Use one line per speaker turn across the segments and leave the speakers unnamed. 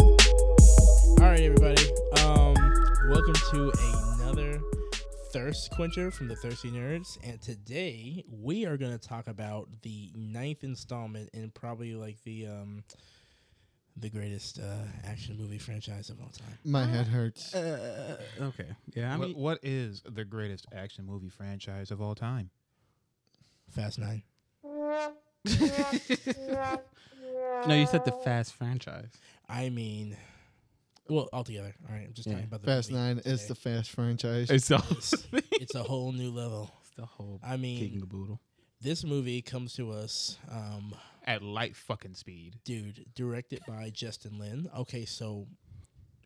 All right, everybody. Um, welcome to another thirst quencher from the Thirsty Nerds, and today we are going to talk about the ninth installment in probably like the um, the greatest uh, action movie franchise of all time.
My head hurts.
Uh,
Okay. Yeah. I
What-
mean,
what is the greatest action movie franchise of all time?
Fast Nine.
no, you said the Fast franchise.
I mean, well, altogether. All right, I'm just talking
Yeah.
about the
Fast
movie
Nine is
today.
the fast franchise.
It's the,
It's- it's a whole new level.
the whole
I
kicking
mean,
the boodle
this movie comes to us um,
At light fucking speed.
dude, directed by Justin Lin. Okay, so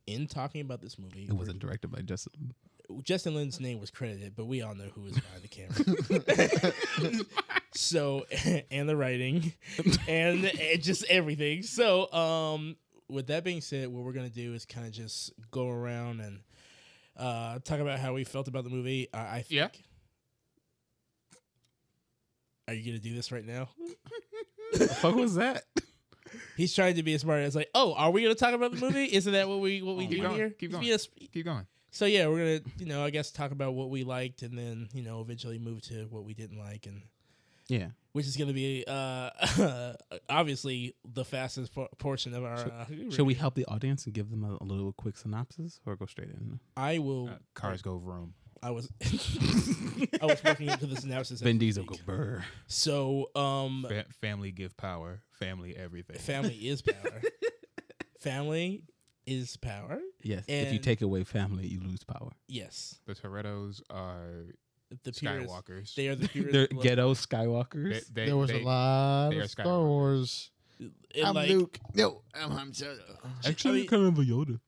in talking about this movie,
It wasn't directed by Justin.
we're- Justin Lin's name was credited, but we all know who was behind the camera. so, and the writing, and, and just everything. So, um, with that being said, what we're gonna do is kind of just go around and uh, talk about how we felt about the movie. I, I think.
Yeah.
Are you gonna do this right now?
the fuck was that?
He's trying to be as smart as like, oh, are we gonna talk about the movie? Isn't that what we what we
Oh,
do
keep
going,
here?
keep
He's
going.
being a sp-
Keep going.
so yeah, we're gonna you know I guess talk about what we liked and then you know eventually move to what we didn't like and
Yeah.
which is gonna be uh obviously the fastest por- portion of our.
Should-
uh,
Should we help the audience and give them a, a little quick synopsis or go straight in?
I will.
Uh, cars go vroom.
I was. I was working into this analysis.
Ben
as we
Diesel go
speak.
burr.
So um,
Fa- family give power. Family everything.
family is power. family is power.
Yes. if you
And-
take away family, you lose power.
Yes,
the Torettos are
the purest.
Skywalkers.
They are the purest.
They're
blood-
ghetto Skywalkers.
They- they-
there was
they-
a lot
they are
of Star
Skywalker.
Wars.
and,
I'm
like,
Luke. No, I'm Han Solo.
Actually, I mean-
kind of a Yoda.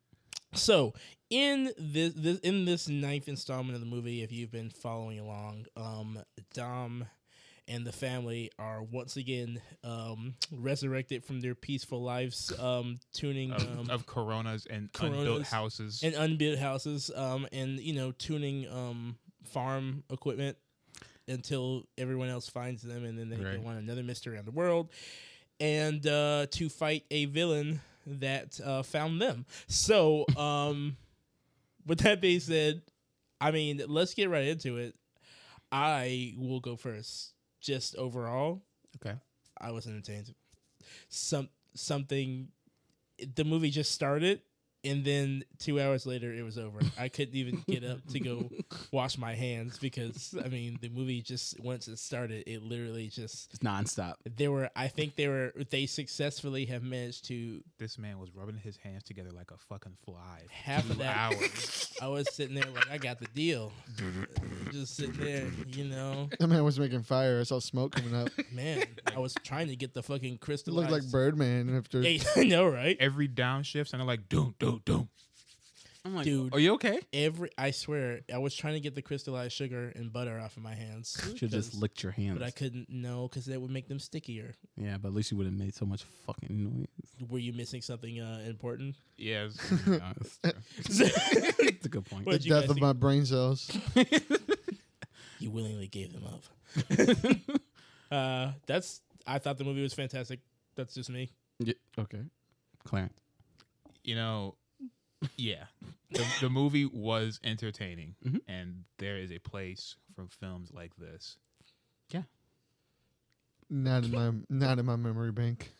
So in this, this in this ninth installment of the movie, if you've been following along, um, Dom and the family are once again um, resurrected from their peaceful lives, um, tuning
of,
um,
of Coronas and unbuilt
Coronas
houses.
and unbuilt houses, um, and you know tuning um, farm equipment until everyone else finds them, and then they
Right.
go on another mystery on the world, and uh, to fight a villain that uh, found them. So, um, with that being said, I mean, let's get right into it. I will go first. Just overall,
Okay.
I was entertained. Some something, the movie just started, and then two hours later, it was over. I couldn't even get up to go wash my hands because I mean, the movie just once it started, it literally just
It's nonstop.
there were. I think they were they successfully have managed to
this man was rubbing his hands together like a fucking fly. for
Half of
two
that-
hours.
I was sitting there like I got the deal. Just sitting there, you know,
That man was making fire. I saw smoke coming up.
man. I was trying to get the fucking
It
crystal.
looked like Birdman after.
I know, right?
Every downshift sounded like doom, doom, doom.
I'm like,
Dude.
Are you okay?
Every I swear, I was trying to get the crystallized sugar and butter off of my hands.
Should just
'cause-
licked your hands.
but I couldn't know because that would make them stickier.
yeah, but at least you would have made so much fucking noise.
Were you missing something uh, important?
Yes. Yeah, it's true.
That's a good point.
What
the
did you
death
guys
of
think?
my brain cells.
you willingly gave them up. uh, that's I thought the movie was fantastic. That's just me.
Yeah, okay. Clarence.
you know, yeah, the, the movie was entertaining,
Mhm.
and there is a place for films like this.
Not in my not in my memory bank.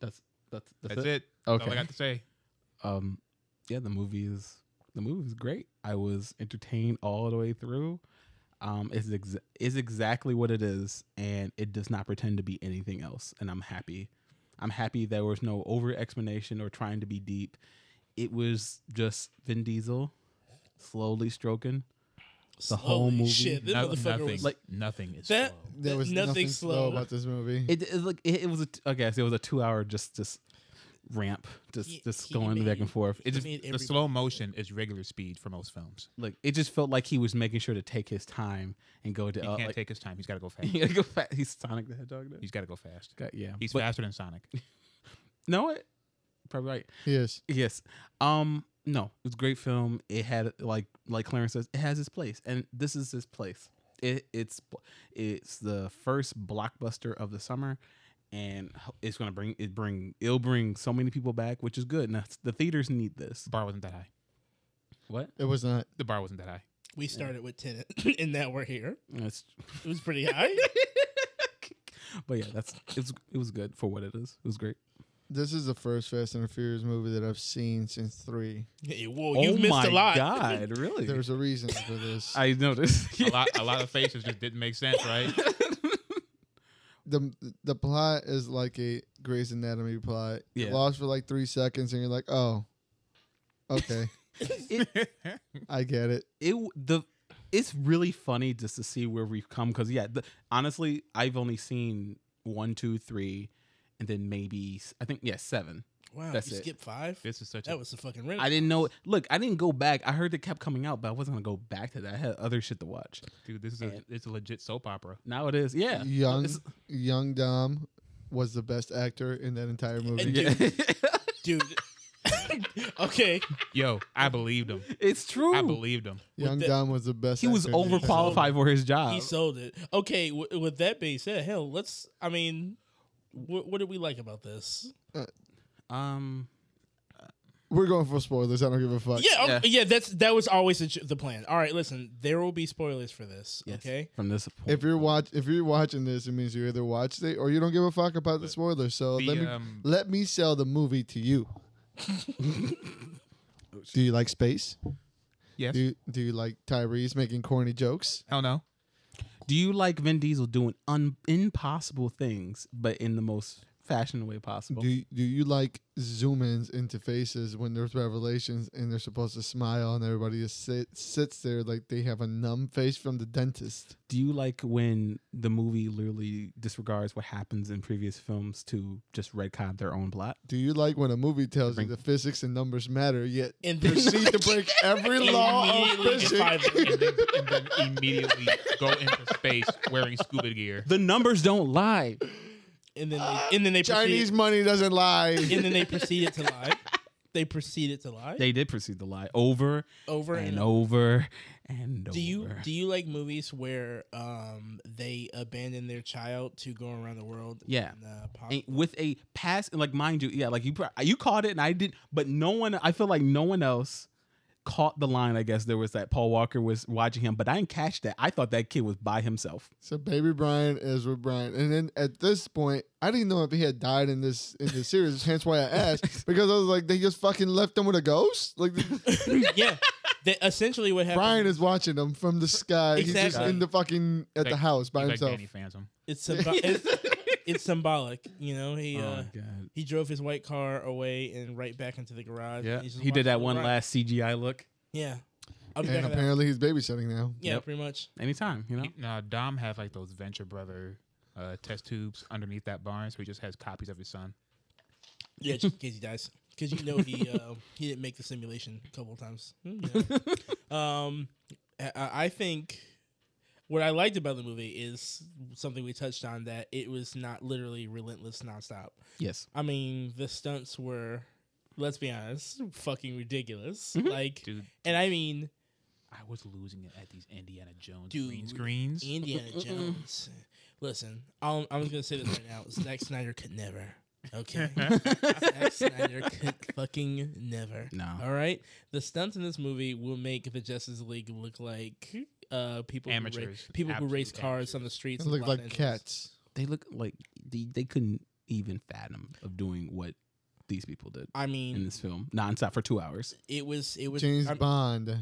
That's that's
That's,
that's, it.
it. That's all I
Okay.
got to say.
Um, yeah, the movie is the movie is great. I was entertained all the way through. Um, it's ex- is exactly what it is, and it does not pretend to be anything else. And I'm happy. I'm happy there was no over explanation or trying to be deep. It was just Vin Diesel slowly stroking. The whole
Holy
movie.
Shit, this
No-
motherfucker
nothing,
was
like nothing is
that-
slow.
There was
Nothing
nothing,
slow.
slow about this movie.
It, it like it, it was a t- I guess it was a two hour just just ramp just
He-
just
he
going back
made-
and forth. It
he
just
made
The
every-
slow motion is regular speed for most films.
like it just felt like he was making sure to take his time and go to
He
uh,
can't
like,
take his time. He's got to go fast.
he gotta go fast. He's Sonic the Hedgehog. Now.
He's got to go fast.
Got- yeah,
He's
but
faster than Sonic.
know it. Probably right.
Yes.
Yes. Um. No, it was a great film. It had like like Clarence says, it has its place, and this is its place. It it's it's the first blockbuster of the summer, and ho- it's gonna bring it bring it'll bring so many people back, which is good. And that's, the theaters need this.
The bar wasn't that high.
What?
It was not.
The bar wasn't that high.
We started with Tenet, and now we're here.
That's
It was pretty high.
but yeah, that's it's it was good for what it is. It was great.
This is the first Fast and the Furious movie that I've seen since three.
Hey, whoa, you've missed
Oh my
a lot.
god, really?
There's a reason for this.
I noticed.
A lot, a lot of faces just didn't make sense, right?
the The plot is like a Grey's Anatomy plot.
Yeah.
You're lost for like three seconds, and you're like, oh, okay, I get it.
it w- the it's really funny just to see where we've come because yeah the, honestly i've only seen one two three and then maybe s- i think yeah seven
Wow,
That's
you
it.
skipped five.
this is such a
That was the fucking rent.
i didn't know look i didn't go back i heard it kept coming out but i wasn't gonna go back to that i had other shit to watch
dude. This is a, it's a legit soap opera.
now it is yeah
Young
It's-
Young Dom was the best actor in that entire movie.
And-
yeah.
dude. okay,
Yo, I believed him.
it's true
I believed him.
Young
With the-
Dom was the best.
he was
actor in that entire movie.
overqualified for his job
he sold it. Okay, w- with that being said, hell, let's. I mean, wh- what did we like about this?
um
We're going for spoilers. I don't give a fuck.
yeah,
yeah.
okay, yeah. That's that was always the, ch- the plan. All right, listen, there will be spoilers for this.
yes,
Okay,
from this point
If you're watch, if you're watching this, it means you either watched it or you don't give a fuck about the spoilers. So
The,
let me
um,
let me sell the movie to you.
Oh,
do you like space?
yes.
Do you, do you like Tyrese making corny jokes?
Hell no.
do you like vin diesel doing un- impossible things but in the most fashion way possible
Do you, do you like zoom ins into faces when there's revelations and they're supposed to smile and everybody just sit, sits there like they have a numb face from the dentist?
Do you like when the movie literally disregards what happens in previous films to just redcon their own plot?
Do you like when a movie tells you
Bring-
the physics and numbers matter, yet
and then
proceed to break every
Oh,
law of
Immediately in five-
physics?
And then, and then immediately go into space wearing scuba gear.
The numbers don't lie.
and then they, and then they
Chinese
proceeded,
money doesn't lie.
and then they proceeded to lie. They proceeded to lie
They did proceed to lie over
over and,
and
over.
over and over.
Do you do you like movies where um they abandon their child to go around the world?
Yeah.
and, uh, pop-
And eh, with a pass, like mind you, yeah, like you pro- you caught it and I didn't, but no one. I feel like no one else caught the line. I guess there was that Paul Walker was watching him, but I didn't catch that. I thought that kid was by himself.
So baby Brian is with Brian, and then at this point, I didn't know if he had died in this in this series. Hence why I asked because I was like, they just fucking left him with a ghost. Like
yeah, they, essentially what happened.
Brian is watching them from the sky. He's just
Exactly.
in the fucking at the
Like-
house by
He's
himself.
like Danny Phantom.
it's, symbo- it's it's symbolic. You know, he uh,
Oh my god.
he drove his white car away and right back into the garage.
Yeah.
and he's just
He
watching
did that
the
one
ride.
last CGI look.
Yeah, I'll be back.
and
in that.
apparently he's babysitting now.
Yeah,
Yep.
pretty much.
Anytime, you know.
He- Now Dom had like those Venture Brother uh, test tubes underneath that barn, so he just has copies of his son.
Yeah, just in case he dies, because you know he uh, he didn't make the simulation a couple of times. Mm, yeah. um, I- I I think what I liked about the movie is something we touched on that it was not literally relentless nonstop.
Yes.
I mean, the stunts were, let's be honest, fucking ridiculous.
Mhm.
Like,
Dude,
and I mean
I was losing it at these Indiana Jones
Dude.
green screens.
Indiana
Mm-mm.
Jones. Listen, I'm, I'm just gonna say this right now: Zack Snyder could never. Okay. Zack Snyder could fucking never.
No.
All right, the stunts in this movie will make the Justice League look like
Hmm.
uh, people who race,
amateurs.
people who
Absolute
race cars on the
amateurs.
streets.
It
of
looked
Los
like
Angeles.
cats.
They look like they, they couldn't even fathom of doing what these people did
I
in
mean,
this film nonstop for two hours.
it was it was
James
I'm-
Bond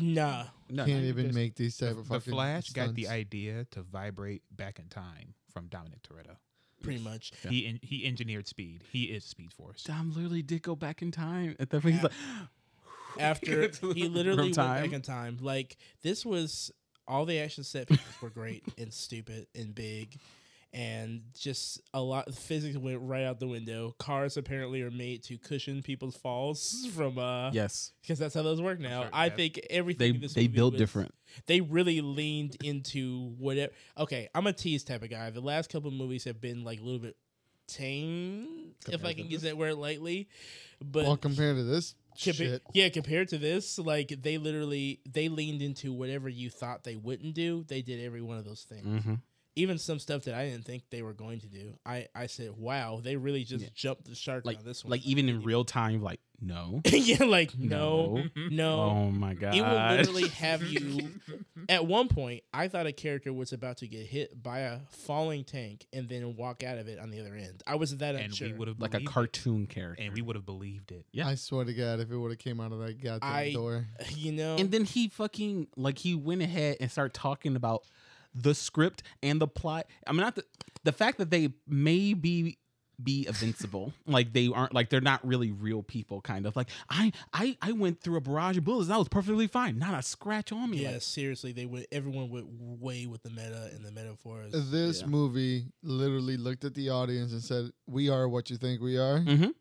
nah.
No,
can't even
there's-
make these type
The-
of
The
fucking
Flash got the
stunts.
idea to vibrate back in time from Dominic Toretto.
Pretty much,
Yeah.
He en- he engineered speed. He is Speed Force.
Dom literally did go back in time at that. He's like,
after he literally went
time.
back in time, like this was all the action set pieces were great and stupid and big, and just a lot. Physics went right out the window. Cars apparently are made to cushion people's falls from uh,
yes,
because that's how those work now.
sorry,
I
Kev.
think
they
everything in this
they
movie
built
was-
different.
They really leaned into whatever. Okay, I'm a tease type of guy. The last couple of movies have been like a little bit tame, if I
Compared to
can use that word lightly. But
Well, compared to this
Compa-
Shit.
yeah, compared to this, like they literally they leaned into whatever you thought they wouldn't do. They did every one of those things,
Mm-hmm.
even some stuff that I didn't think they were going to do. I I said, wow, they really just
Yeah.
jumped the shark
Like
on this one.
like even in real time, like no,
yeah, like no, no.
Oh my god!
It will literally have you. At one point, I thought a character was about to get hit by a falling tank and then walk out of it on the other end. I was that
and
unsure.
we would have
like a cartoon character.
and we would have believed it.
Yeah.
I swear to God, if it would have came out of that goddamn
I-
door,
you know,
And then he fucking like he went ahead and started talking about the script and the plot. I mean, not the the fact that they may be be invincible, like they aren't like they're not really real people. Kind of like I I I went through a barrage of bullets and I was perfectly fine, not a scratch on me.
yeah,
Like,
seriously, they would. Everyone would way with the meta and the metaphors.
this
Yeah.
movie literally looked at the audience and said, "We are what you think we are,"
Mm-hmm.
Mhm.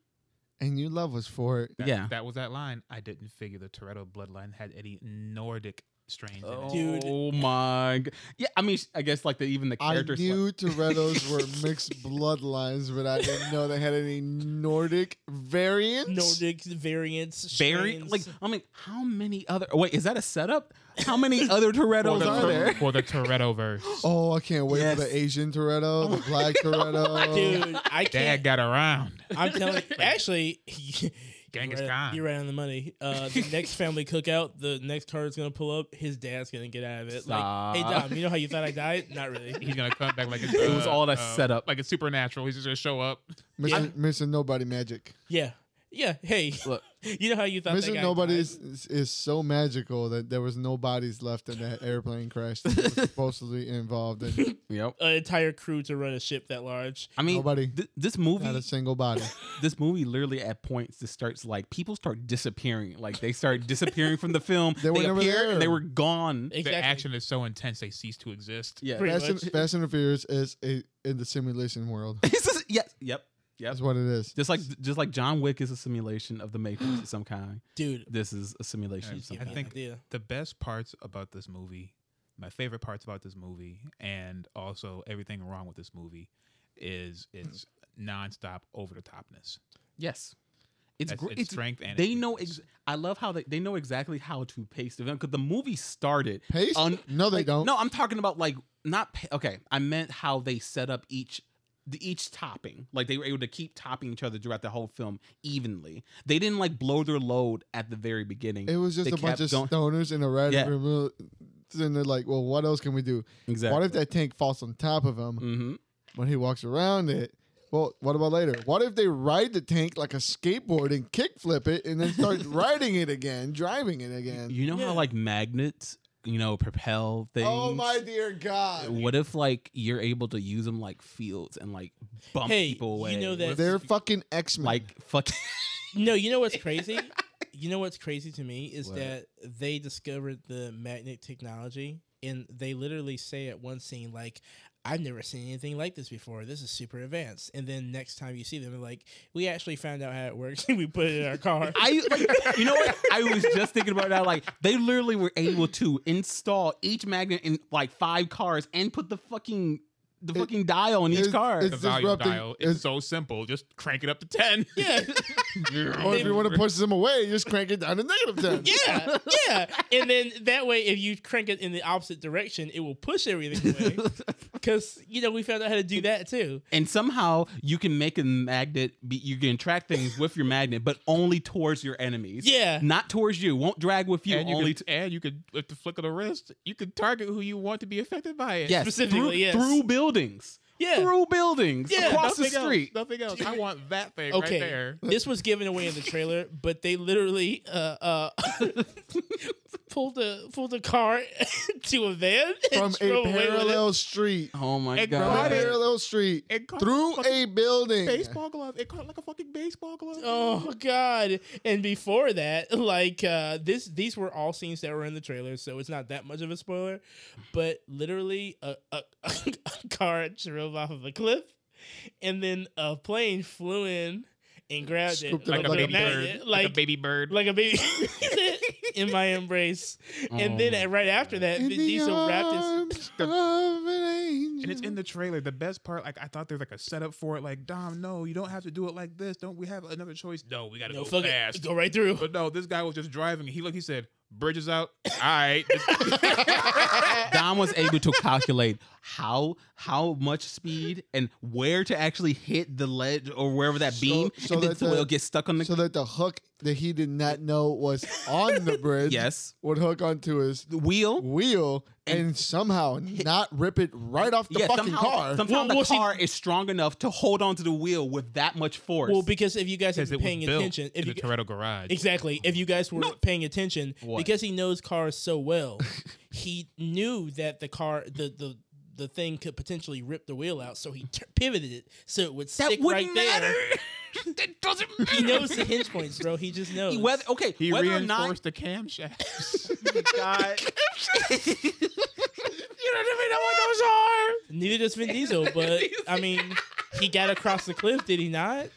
and you love us for it.
That,
Yeah.
that was that line. I didn't figure the Toretto bloodline had any Nordic strains in it.
Dude.
Oh my! g- Yeah, I mean, I guess like the even the
I
characters. like-
knew Toretto's were mixed bloodlines, but I didn't know they had any Nordic variants.
Nordic variants,
Barry,
strains.
like I mean, how many other? Wait, is that a setup? How many other Torettos
the
are
Tor-
there?
for the Toretto verse.
Oh, I can't wait for
Yes.
the Asian Toretto, the Black Toretto.
Oh dude,
oh.
I
Dad
can't.
got around.
I'm telling. Actually, you're
Genghis
right-
Khan.
You're right on the money. Uh, the next family cookout, the next car is gonna pull up. His dad's gonna get out of it. Like, hey
Stop.
Dom, you know how you thought I died? Not really.
He's gonna come back like it's,
It was
uh,
all that
uh,
setup.
like it's supernatural. He's just gonna show up.
Missing, missing nobody magic.
Yeah. Yeah. Hey.
Look.
you know how you thought that
Missing
guy
nobody
died?
is, is, is so magical that there was no bodies left in that airplane crash that was supposedly involved in
Yep.
an entire crew to run a ship that large.
I mean,
Nobody.
th- this
not a
movie,
single body.
this movie literally at points just starts like people start disappearing. Like they start disappearing from the film.
They were never
appear
there.
and they were gone.
Exactly.
The action is so intense they cease to exist.
Yeah.
Pretty
Fast and,
much.
Fast and the Furious is a, in the simulation world.
It's just- yes. Yep. Yep.
That's what it is.
Just like just like John Wick is a simulation of the Matrix of some kind.
Dude.
This is a simulation of
Yes,
some
I
I
kind.
think
think-
idea.
The best parts about this movie, my favorite parts about this movie, and also everything wrong with this movie, is its nonstop over the topness.
Yes. It's
That's
great.
its strength and
they
its
know.
weakness.
Ex- I love how they, they know exactly how to pace the film because the movie started
Pace?
on
no, they
like,
don't.
No, I'm talking about like not pa- okay. I meant how they set up each the each topping. Like they were able to keep topping each other throughout the whole film evenly. They didn't like blow their load at the very beginning.
It was just
They
a bunch
kept
of
going-
stoners in a red
Yeah.
room. And they're like, well, what else can we do?
exactly.
What if that tank falls on top of him
Mm-hmm.
when he walks around it? Well, what about later? What if they ride the tank like a skateboard and kickflip it and then start riding it again, driving it again?
You know
Yeah.
how like magnets, you know, propel things.
Oh my dear God!
What if like you're able to use them like fields and like bump
Hey,
people
you
away?
know that-
They're fucking X Men.
like fuck.
No, you know what's crazy? you know what's crazy to me is
What?
that they discovered the magnet technology and they literally say at one scene like I've never seen anything like this before. This is super advanced. And then next time you see them, they're like, we actually found out how it works and we put it in our car.
I like, you know what? I was just thinking about that. Like they literally were able to install each magnet in like five cars and put the fucking the
It-
fucking dial in each
it's-
car.
The
it's-
volume
disrupting-
dial
it's-
is so simple. Just crank it up to ten.
yeah,
or if you want to push them away, just crank it down to negative ten.
yeah, yeah. And then that way, if you crank it in the opposite direction, it will push everything away. Because, you know, we found out how to do that too.
and somehow you can make a magnet. Be, you can track things with your magnet, but only towards your enemies.
Yeah.
not towards you. Won't drag with you.
and you
only
could, and you could with the flick of the wrist, you could target who you want to be affected by it.
t- yes,
specifically,
through,
yes.
through buildings.
Yeah.
Through buildings
Yeah,
across the
Nothing else,
street.
nothing else. I want that thing
Okay.
right there.
This was given away in the trailer, but they literally uh, uh, pulled a pulled a car to a van and
From a
drove away with it.
parallel street,
Oh my
And
from a
Got it.
parallel street,
It caught
through
like
a building.
baseball glove. It caught like a fucking baseball glove.
Oh God! And before that, like uh, this, these were all scenes that were in the trailer, so it's not that much of a spoiler. But literally, a, a, a car drove off of a cliff, and then a plane flew in and grabbed it
Scooped it
like,
up like a
a
baby
ma-
bird.
like,
like
a baby bird.
like a baby in my embrace. And then
Oh.
uh, right after that,
In
Vin
the
Diesel wrapped his.
arms of an angel.
and it's in the trailer. The best part, like I thought there's like a setup for it. Like Dom, no, you don't have to do it like this. Don't we have another choice? No, we gotta
No,
go
fuck
fast.
it. Go right through.
But no, this guy was just driving. He looked. He said, "Bridges out. All right."
Dom was able to calculate how how much speed and where to actually hit the ledge or wherever that
So-
beam,
so
and then
that
so
the-
it'll get stuck on the.
so that the hook that he did not know was on the bridge
yes,
would hook onto his
the wheel.
wheel and,
And-
somehow not rip it right off the
yeah,
fucking
somehow,
car.
Somehow
Well,
the
well, see-
car is strong enough to hold onto the wheel with that much force.
Well, because if you guys have
Because
been paying
it was built
attention, if
in
you,
the Toretto garage.
exactly, if you guys were paying attention,
What?
because he knows cars so well, he knew that the car, the the the thing could potentially rip the wheel out, so he t- pivoted it so it would
that
stick right
wouldn't matter. that doesn't matter.
there. He knows the hinge points, bro. He just knows.
He- whether okay,
He
whether or
reinforced
not
the camshaft.
Neither does Vin Diesel, but I mean, he got across the cliff, did he not?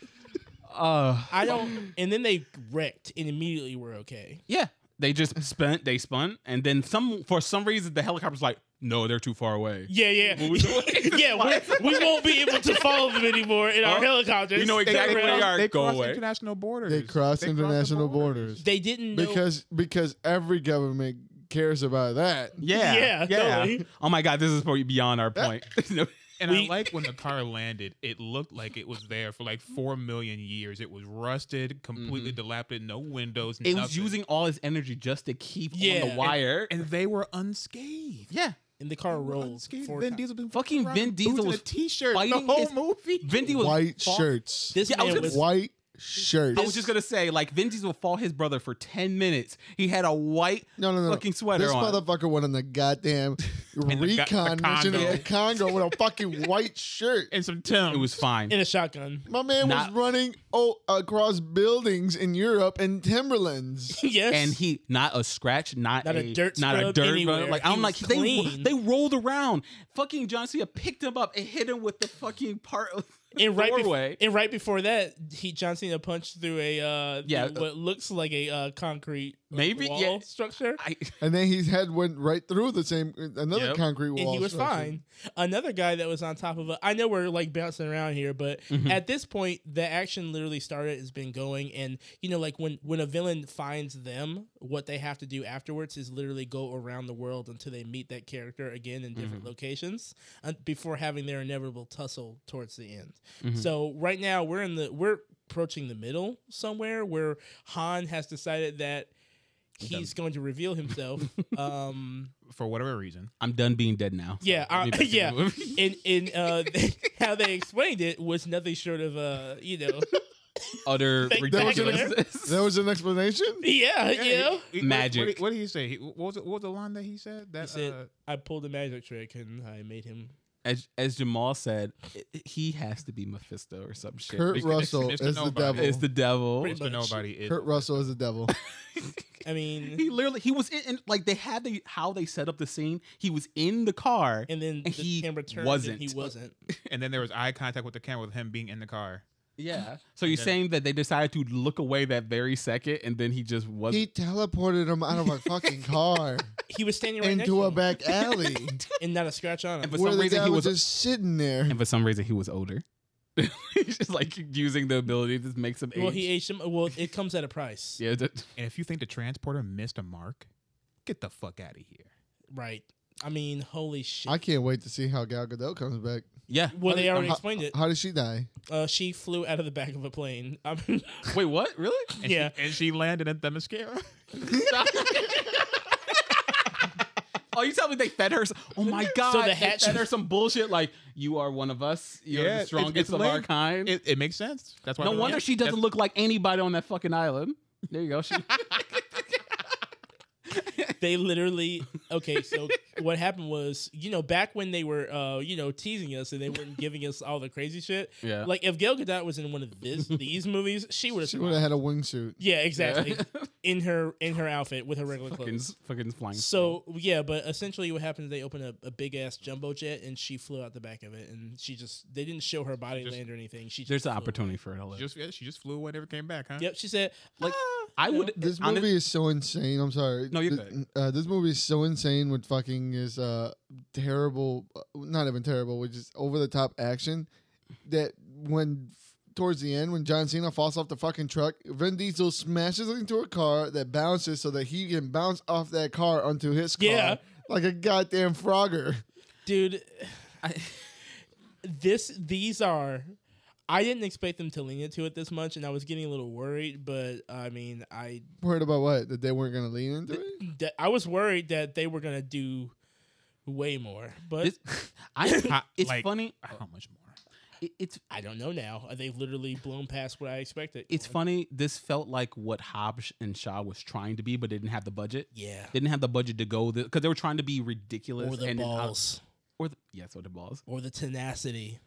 Uh,
I don't. And then they wrecked and immediately were okay.
yeah, they just spun. They spun, and then some for some reason the helicopter's like, no, they're too far away.
Yeah, yeah,
What we doing?
yeah.
What?
We, we won't be able to follow them anymore in our
Huh?
helicopters.
We know exactly where they are.
They
Go
cross
away.
international borders.
they cross
They the
international
borders.
borders.
They didn't know
Because because every government cares about that.
Yeah.
Yeah, totally.
Oh my God, this is probably beyond our point. No.
And
We-
I like when the car landed, it looked like it was there for like four million years. It was rusted, completely dilapidated, no windows.
it was
nothing.
using all its energy just to keep on
Yeah.
the wire.
and they were unscathed.
yeah.
and the car rolls.
unscathed.
four
Vin
times.
Diesel been
Fucking
rocking
Vin Diesel
boots and
was
a t-shirt the
fighting
whole
his-
movie.
Vin Diesel was
White
fought-
shirts.
This
Yeah, I was
man
gonna
was.
white
I
shirts.
was just gonna say, like Vin Diesel fought his brother for ten minutes. He had a white
No, no, no.
fucking sweater
this
on.
motherfucker went on the goddamn recon
the go- the
mission in the
Congo.
Congo with a fucking white shirt.
and some Tim.
it was fine.
in a shotgun.
My man
Not-
was running oh, across buildings in Europe and Timberlands.
yes,
and he not a scratch, not,
Not a dirt
not a
scrub
dirt.
anywhere.
run. Like
He
I'm like
was
they
clean.
they rolled around. Fucking John Cena picked him up and hit him with the fucking part of
and right before
doorway.
and right before that, he John Cena punched through a uh,
Yeah,
yeah, what looks like a uh, concrete uh,
Maybe,
wall
yeah.
structure,
I,
And then his head went right through the same another
Yep.
concrete wall.
and he was
structure.
fine. Another guy that was on top of a. I know we're like bouncing around here, but
Mhm.
at this point, the action literally started. Has been going, and you know, like when when a villain finds them, what they have to do afterwards is literally go around the world until they meet that character again in different locations uh, before having their inevitable tussle towards the end.
Mhm.
So right now we're in the we're approaching the middle somewhere where Han has decided that he's going to reveal himself. um,
for whatever reason.
I'm done being dead now. So
Yeah,
let
I-
me back to the
yeah.
movie.
and and uh, how they explained it was nothing short of uh, you know,
utter
Thank-
That was an
ridiculous.
That was an explanation?
Uh, yeah, you know.
he- he-
Magic.
What, did- what did he say? He- What was, it, what was the line that he said? That
said-
uh,
I pulled a magic trick and I made him.
as, as Jamal said, i- i- he has to be Mephisto or some shit.
Kurt
because
Russell
Mr.
is the
Nobody.
devil.
It's the devil.
Pretty
Mr.
much.
nobody is.
Kurt Russell is the devil.
I mean,
He literally he was in, in like they had the how they set up the scene. He was in the car.
and then the
And he
camera turned
wasn't.
and he wasn't.
And then there was eye contact with the camera with him being in the car.
yeah. So you're
then-
saying that they decided to look away that very second, and then he just wasn't.
he teleported him out of a fucking car
He was standing right next
into
to
a
him
back alley
and not a scratch on him.
And for
where
some
the
reason
guy
he
was
was,
just sitting there.
and for some reason he was older. He's just like using the ability to make some age.
Well, he aged him. Well, it comes at a price,
yeah, that-
And if you think the transporter missed a mark, get the fuck out of here.
right? I mean, holy shit.
I can't wait to see how Gal Gadot comes back.
yeah.
well, they already
How-
explained it.
How did she die?
Uh, she flew out of the back of a plane. I mean,
Wait, what? Really?
And
Yeah.
She, and she landed at the mascara.
Oh, you tell me they fed her? s- Oh my god!
the
they
hatch-
fed her some bullshit like you are one of us. You're
Yeah,
the
it's-
strongest
it's
of our
linked.
kind.
It, it makes sense. That's why.
no
we
wonder
like it.
she doesn't
That's-
look like anybody on that fucking island. There you go. She,
they literally okay so what happened was you know back when they were uh you know teasing us and they weren't giving us all the crazy shit
yeah.
like if gail gadot was in one of this these movies she would
She would
have
have had a wingsuit.
yeah exactly in her in her outfit with her regular
fucking,
clothes.
fucking flying.
So yeah, but essentially what happened is they opened a, a big ass jumbo jet and she flew out the back of it and she just they didn't show her body
just-
land or anything. She just
there's an
flew.
opportunity for it. to
She
live.
just yeah, she just flew away, never came back, huh?
Yep, she said
Like,
"Ah,"
I
you
would.
This
honest-
movie is so insane. I'm sorry.
No, you're
Th-
good.
Uh, this movie is so insane with fucking his uh, terrible, uh, not even terrible, which is over the top action. That when towards the end, when John Cena falls off the fucking truck, Vin Diesel smashes into a car that bounces so that he can bounce off that car onto his car
Yeah.
like a goddamn Frogger.
dude,
I-
this these are. I didn't expect them to lean into it this much, and I was getting a little worried. But I mean, I
Worried about what? That they weren't gonna lean into it.
that I was worried that they were gonna do way more, but
this, I,
Ha-
it's
like-
funny.
How much more?
It, it's
I don't know now. Uh, They've literally blown past what I expected.
it's
Like,
funny. This felt like what Hobbs and Shaw was trying to be, but they didn't have the budget.
Yeah.
They didn't have the budget to go because they were trying to be ridiculous
Or the
and
balls,
or the, yes, or the balls.
or the tenacity,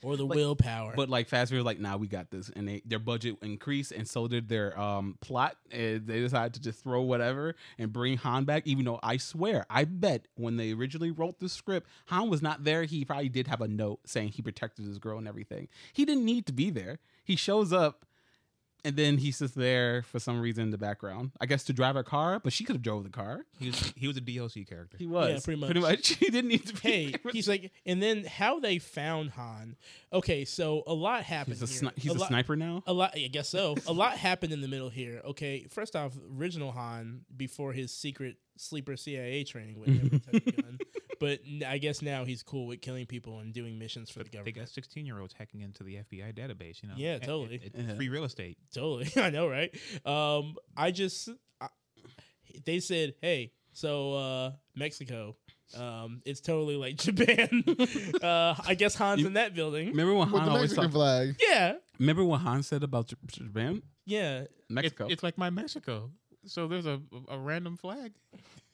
or the
Like,
willpower.
But like Fast Furious, like, nah, we got this, and they, their budget increased, and so did their um plot. And they decided to just throw whatever and bring Han back. Even though I swear, I bet when they originally wrote the script, Han was not there. He probably did have a note saying he protected his girl and everything. He didn't need to be there. He shows up, and then he's just there for some reason in the background. I guess to drive her car, but she could have drove the car.
He was he was a DLC character.
He was
pretty
Pretty
much.
much. He didn't need to be.
hey,
there.
he's like, and then how they found Han. Okay, so a lot happened.
he's a,
here.
sni- he's a,
lot-
sniper now.
A lot, I guess so. A lot happened in the middle here. Okay, first off, original Han before his secret sleeper CIA training with every type of gun, but n- I guess now he's cool with killing people and doing missions for the
They
government.
got 16 year olds hacking into the FBI database, you know?
Yeah,
It- it-
totally.
it's
Yeah.
Free real estate.
Totally, I know, right? Um, I just I, they said, hey, so uh, Mexico, um, it's totally like Japan. uh, I guess Han's
You-
in that building.
Remember when
With
Han
the
always
Mexican
talked,
flag.
Yeah,
Remember what Han said about J- Japan,
yeah.
It's,
Mexico?
it's like my Mexico. So there's a, a random flag.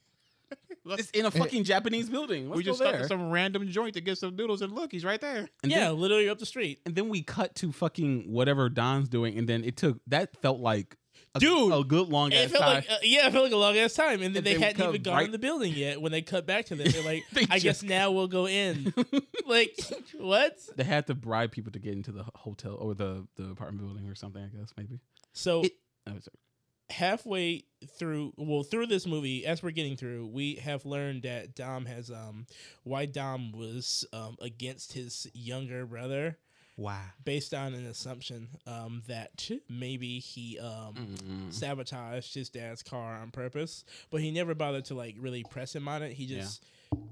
Look,
It's in a fucking Japanese building. Let's
we just
go
stuck
there.
in some random joint to get some noodles, and look, he's right there.
and
yeah,
Then,
literally up the street.
and then we cut to fucking whatever Don's doing, and then it took that felt like a,
Dude,
a good long
It
ass
felt
time.
like uh, yeah, it felt like a long ass time, and then
And
they
they
hadn't
come
even gone
right-
in the building yet. When they cut back to them, they're like,
They
"I guess
just-
now we'll go in." like, what?
they had to bribe people to get into the hotel or the the apartment building or something. I guess maybe.
So
It- Oh, sorry.
halfway through well through this movie as we're getting through we have learned that dom has um why dom was um against his younger brother
Wow.
based on an assumption um that maybe he um
Mm.
sabotaged his dad's car on purpose but he never bothered to like really press him on it he
Yeah.
just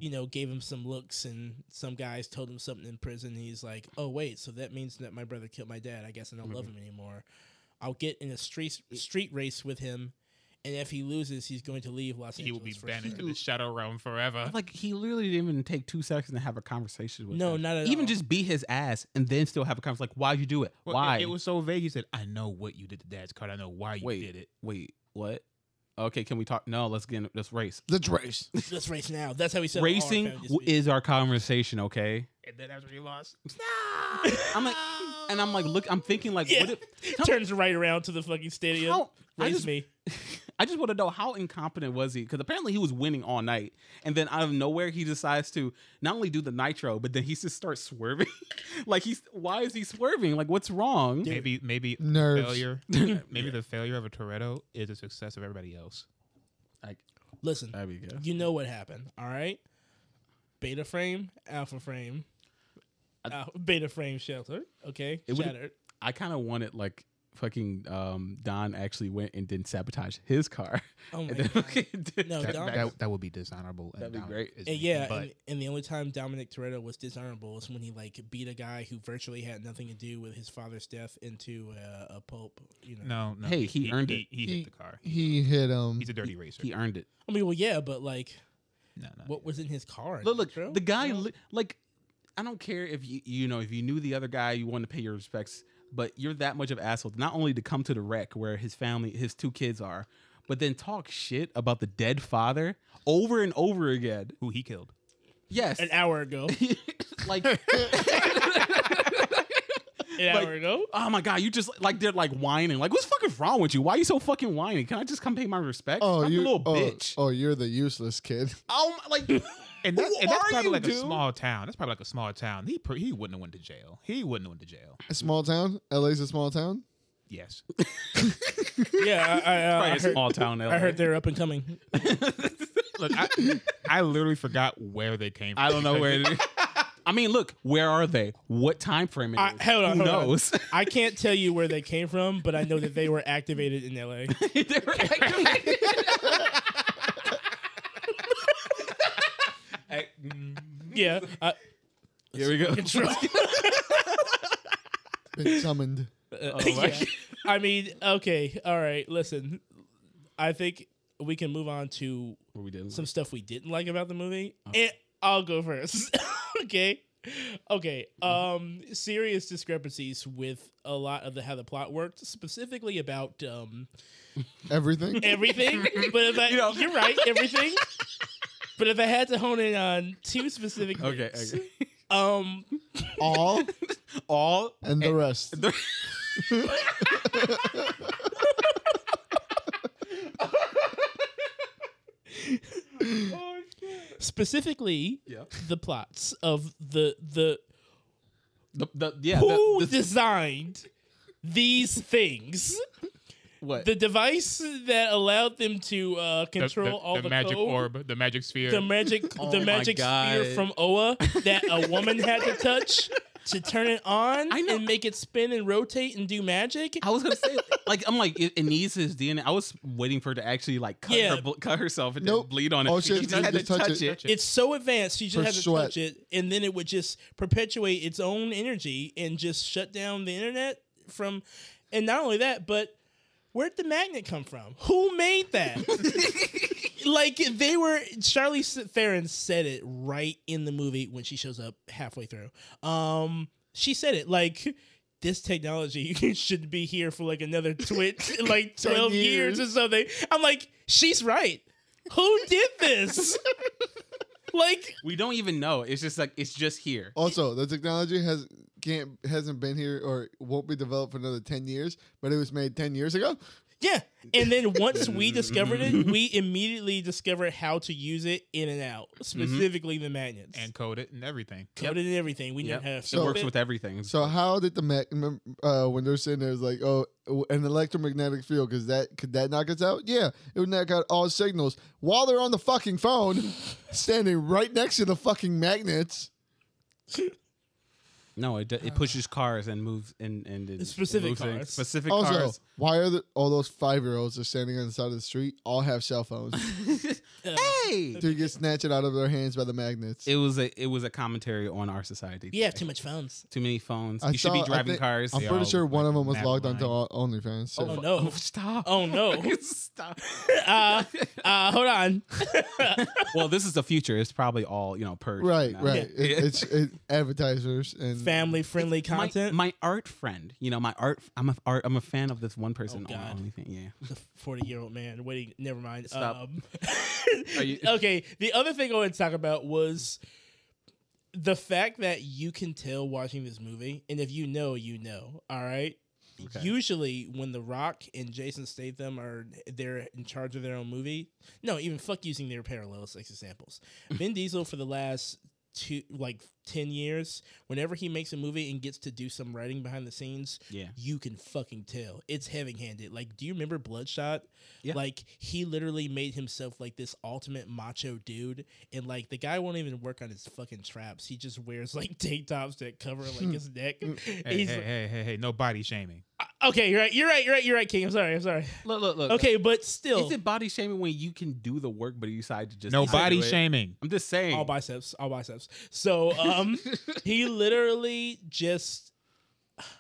you know gave him some looks and some guys told him something in prison he's like oh wait so that means that my brother killed my dad i guess i don't love
Mm-hmm.
him anymore i'll get in a street street race with him and if he loses he's going to leave los angeles
He will be
for
banished to
sure.
the shadow realm forever.
Like he literally didn't even take two seconds to have a conversation with.
no
him.
not at
even
all.
just beat his ass and then still have a conversation. Like, why'd you do it?
Well, it-
Why?
It, was so vague. He said, I know what you did to dad's card. I know why you
Wait.
did it.
Wait, what? Okay, can we talk? No, let's get in this race.
Let's race.
let's race now that's how he said all our
Racing
family
w-
disputes.
is our conversation, okay?
And then that's when he lost.
I'm like, and I'm like, look, I'm thinking like,
yeah.
what if?
turns right around to the fucking stadium
How, I
race
just,
me
I just want to know how incompetent was he? Because apparently he was winning all night, and then out of nowhere he decides to not only do the nitro, but then he just starts swerving. like he's, why is he swerving? Like what's wrong?
Maybe, maybe
Nerves.
failure. Maybe the failure of a Toretto is a success of everybody else.
listen
I mean, yeah.
You know what happened, all right? Beta frame, alpha frame, al- beta frame shelter. Okay,
It would've-
shattered.
I kind of wanted like fucking um, Don actually went and didn't sabotage his car.
Oh my
and then,
god. No,
no,
That- Dom- that-
would be dishonorable.
That'd be Dom great.
And yeah, and, and the only time Dominic Toretto was dishonorable is when he like beat a guy who virtually had nothing to do with his father's death into uh, a pulp. You know,
no, no.
Hey, he earned
he,
it.
He,
He-
hit the car.
He hit um, him.
He's a dirty racer.
he earned it.
I mean, well, yeah, but like,
no, no.
what was in his car?
Look, look,
Nitro?
the guy,
You know?
li- like, I don't care if you, you know, if you knew the other guy, you wanted to pay your respects, but you're that much of an asshole. Not only to come to the wreck where his family, his two kids are, but then talk shit about the dead father over and over again.
Who he killed?
Yes,
an hour ago.
like,
an
Like-
hour ago.
Oh my god, you just like they're like whining. Like, what's fucking wrong with you? Why are you so fucking whining? Can I just come pay my respects?
Oh,
I'm
you
a little
oh,
bitch.
Oh, you're the useless kid.
Oh, my, like
And, that,
Who
and that's
are
probably
you,
like
dude?
a small town. That's probably like a small town. He pr- he wouldn't have went to jail. He wouldn't have went to jail.
A small town. LA's a small town.
Yes.
Yeah, I, I, uh, I,
probably a
heard,
small town. LA.
I heard they're up and coming.
Look, I, I literally forgot where they came from.
I don't know where. It is. I mean, look, where are they? What time frame it
I-
is?
hold on,
Who
hold on.
knows?
I can't tell you where they came from, but I know that they were activated in LA.
They were activated.
Yeah, I,
Here we go.
Been summoned.
Uh, yeah. I mean, okay, all right. Listen, I think we can move on to
What we did.
some stuff we didn't like about the movie. And I'll go first. okay. Okay. Um serious discrepancies with a lot of the how the plot worked, specifically about um
Everything.
everything. but if I you
know.
are right, everything. but if I had to hone in on two specific
Okay,
things,
okay.
um
All
All
and the rest.
the-
specifically
yeah.
the plots of the the
The, the, yeah.
who
the, the-
designed these things?
what?
The device that allowed them to uh,
The,
control
the-
all
the
the
magic
code,
orb, the magic sphere.
the magic,
Oh
the
my
magic sphere
God.
from Oa that a woman had to touch to turn it on
I know.
and make it spin and rotate and do magic.
I was gonna say, like, I'm like, it, it needs his DNA. I was waiting for her to actually like cut,
Yeah.
her, bl- cut herself and
Nope.
then bleed on it.
Oh, she
just
had
had
to
to
touch
touch,
it.
it.
It's so advanced, you just
For
have to
sweat.
touch it, and then it would just perpetuate its own energy and just shut down the internet from. And not only that, but where'd the magnet come from? Who made that? like they were. Charlie Theron said it right in the movie when she shows up halfway through. Um, she said it like. This technology should be here for like another twi- like twelve years.
years.
or something. I'm like, she's right. Who did this? like
We don't even know. It's just like it's just
Oh,
here.
Also, the technology has can't hasn't been here or won't be developed for another ten years, but it was made ten years ago.
yeah and then once we discovered it we immediately discovered how to use it in and out specifically the magnets
and code it and everything.
coded and everything we
Mm-hmm. Yep.
know how to
It
flip
So-
works with everything.
So how did the ma- mem- uh, when they're sitting there is like oh an electromagnetic field because that could that knock us out? Yeah, it would knock out all signals while they're on the fucking phone, standing right next to the fucking magnets.
no, it, d- it pushes cars and moves and and it,
Uh, Specific
it moves things.
cars.
Specific
Also,
cars.
why are the, all those five year olds are standing on the side of the street? All have cell phones
Uh,
hey,
to get snatched out of their hands by the magnets.
it was a it was a commentary on our society.
you have
today.
too much phones
Too many phones.
I
you should
saw-
be
I
driving
think-
cars.
I'm
They
pretty
all
sure
look
one
like
of them was
map
logged onto
line.
O- OnlyFans. So.
oh no
stop.
oh no
stop.
uh, uh hold on
well, this is the future. It's probably all you know. Purged
Right,
now.
right.
Yeah.
It, it's it, advertisers and
family friendly
My-
content
My, art friend, you know, my art. I'm a art. I'm a fan of this one person
Oh, God.
on OnlyFans. Yeah.
the 40 year old man waiting never mind
Stop.
um,
Are you-
okay the other thing i wanted to talk about was the fact that you can tell watching this movie and if you know you know all right
Okay.
usually when the rock and jason statham are they're in charge of their own movie no even fuck using their parallels as examples vin diesel for the last two like 10 years whenever he makes a movie and gets to do some writing behind the scenes
Yeah.
you can fucking tell it's heavy handed. Like, do you remember Bloodshot?
Yeah.
Like, he literally made himself like this ultimate macho dude, and like the guy won't even work on his fucking traps. He just wears like tank tops that cover like his neck.
Hey,
He's
hey,
like-
hey, hey, hey, no body shaming.
okay, you're right. You're right. You're right. You're right, King. I'm sorry. I'm sorry.
Look, look, look.
Okay, but still,
Is it body shaming when you can do the work but you decide to just
No
not do
body
it?
shaming.
I'm just saying.
all biceps, all biceps. So, um, he literally just.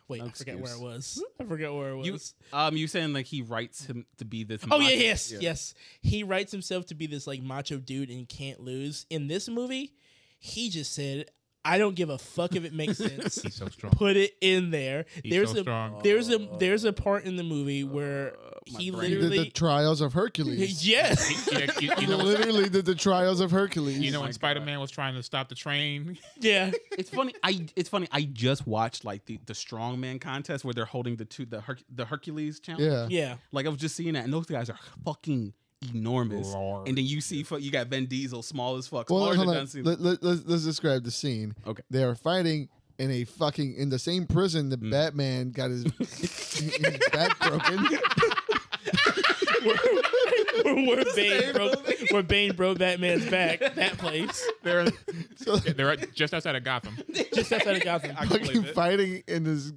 Wait,
No
I forget where I
excuse.
was. I forget where I was.
You- um, you saying like he writes him to be this?
Oh yeah,
macho-
yes,
yeah.
yes. He writes himself to be this like macho dude and can't lose. In this movie, he just said, I don't give a fuck if it makes sense.
He's so strong.
Put it in there.
He's
there's
so
a Oh.
strong.
there's a there's a part in the movie where he
Uh, brain.
He did the
literally
trials of Hercules.
yes
Yeah, you,
He
you know,
literally did the trials of Hercules.
you know
my
when
God.
Spider
uh,
Man was trying to stop the train.
yeah
It's funny. I it's funny. I just watched like the the strongman contest where they're holding the two the Herc the Hercules challenge.
yeah.
yeah
Like I was just seeing that, and those guys are fucking enormous.
Large.
And then you see, fu- you got Ben Diesel, small as fuck,
Well,
smaller
hold
than
on.
John Cena.
Let, let, let's, let's describe the scene.
Okay.
They are fighting in a fucking in the same prison that
Mm.
Batman got his, his back broken.
where, where Bane
same
broke
movie.
where Bane broke Batman's back that place
They're
So
they're just outside of Gotham.
just outside of Gotham.
I can believe
fucking
it.
fighting in his.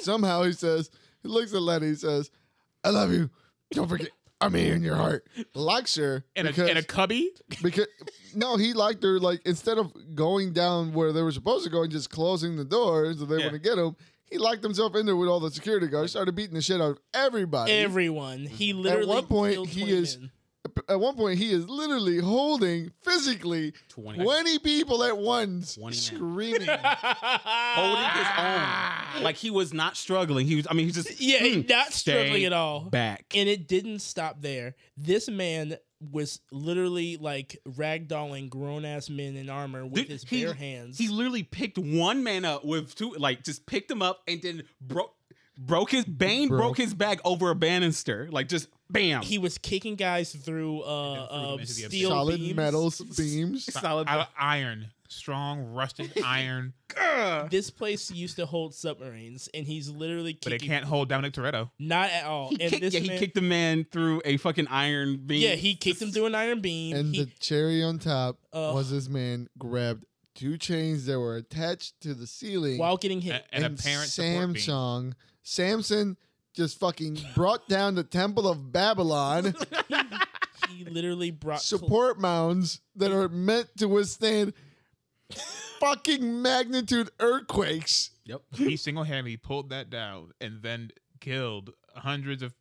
Somehow he says, he looks at Letty, he says, "I love you. Don't forget, I'm here in your heart." Locks her
In a,
because,
in a cubby?
because no, he locked her like instead of going down where they were supposed to go and just closing the door so they
Yeah.
wouldn't get him. He locked himself in there with all the security guards, started beating the shit out of everybody.
Everyone. He literally
one point,
killed
he
20
is-
men.
at one point, he is literally holding physically
20.
20 people at once,
20 men.
screaming.
holding his own. Like he was not struggling. He was. I mean, he just
Yeah,
mm,
not struggling
stay
at all.
back.
And it didn't stop there. This man was literally like ragdolling grown ass men in armor with
Dude,
his
he-
bare hands.
He literally picked one man up with two, like just picked him up and then broke broke his Bane broke,
Broke.
his back over a banister, like just bam.
He was kicking guys through uh,
And threw them
uh
into the
steel
Solid
beams.
metal beams.
solid.
I- iron. Strong, rusted iron.
This place used to hold submarines, and he's literally
but
kicking.
it can't hold Dominic Toretto.
Not at all.
he
and
kicked,
this
yeah,
man,
he kicked the man through a fucking iron beam.
Yeah, he kicked him through an iron beam.
And
he,
the cherry on top
Ugh.
was this man grabbed two chains that were attached to the ceiling.
while getting hit,
And, and a parent support beam.
Samsung, Samson just fucking brought down the Temple of Babylon
he literally brought
support mounds that are meant to withstand fucking magnitude earthquakes.
Yep.
He single handedly pulled that down and then killed hundreds of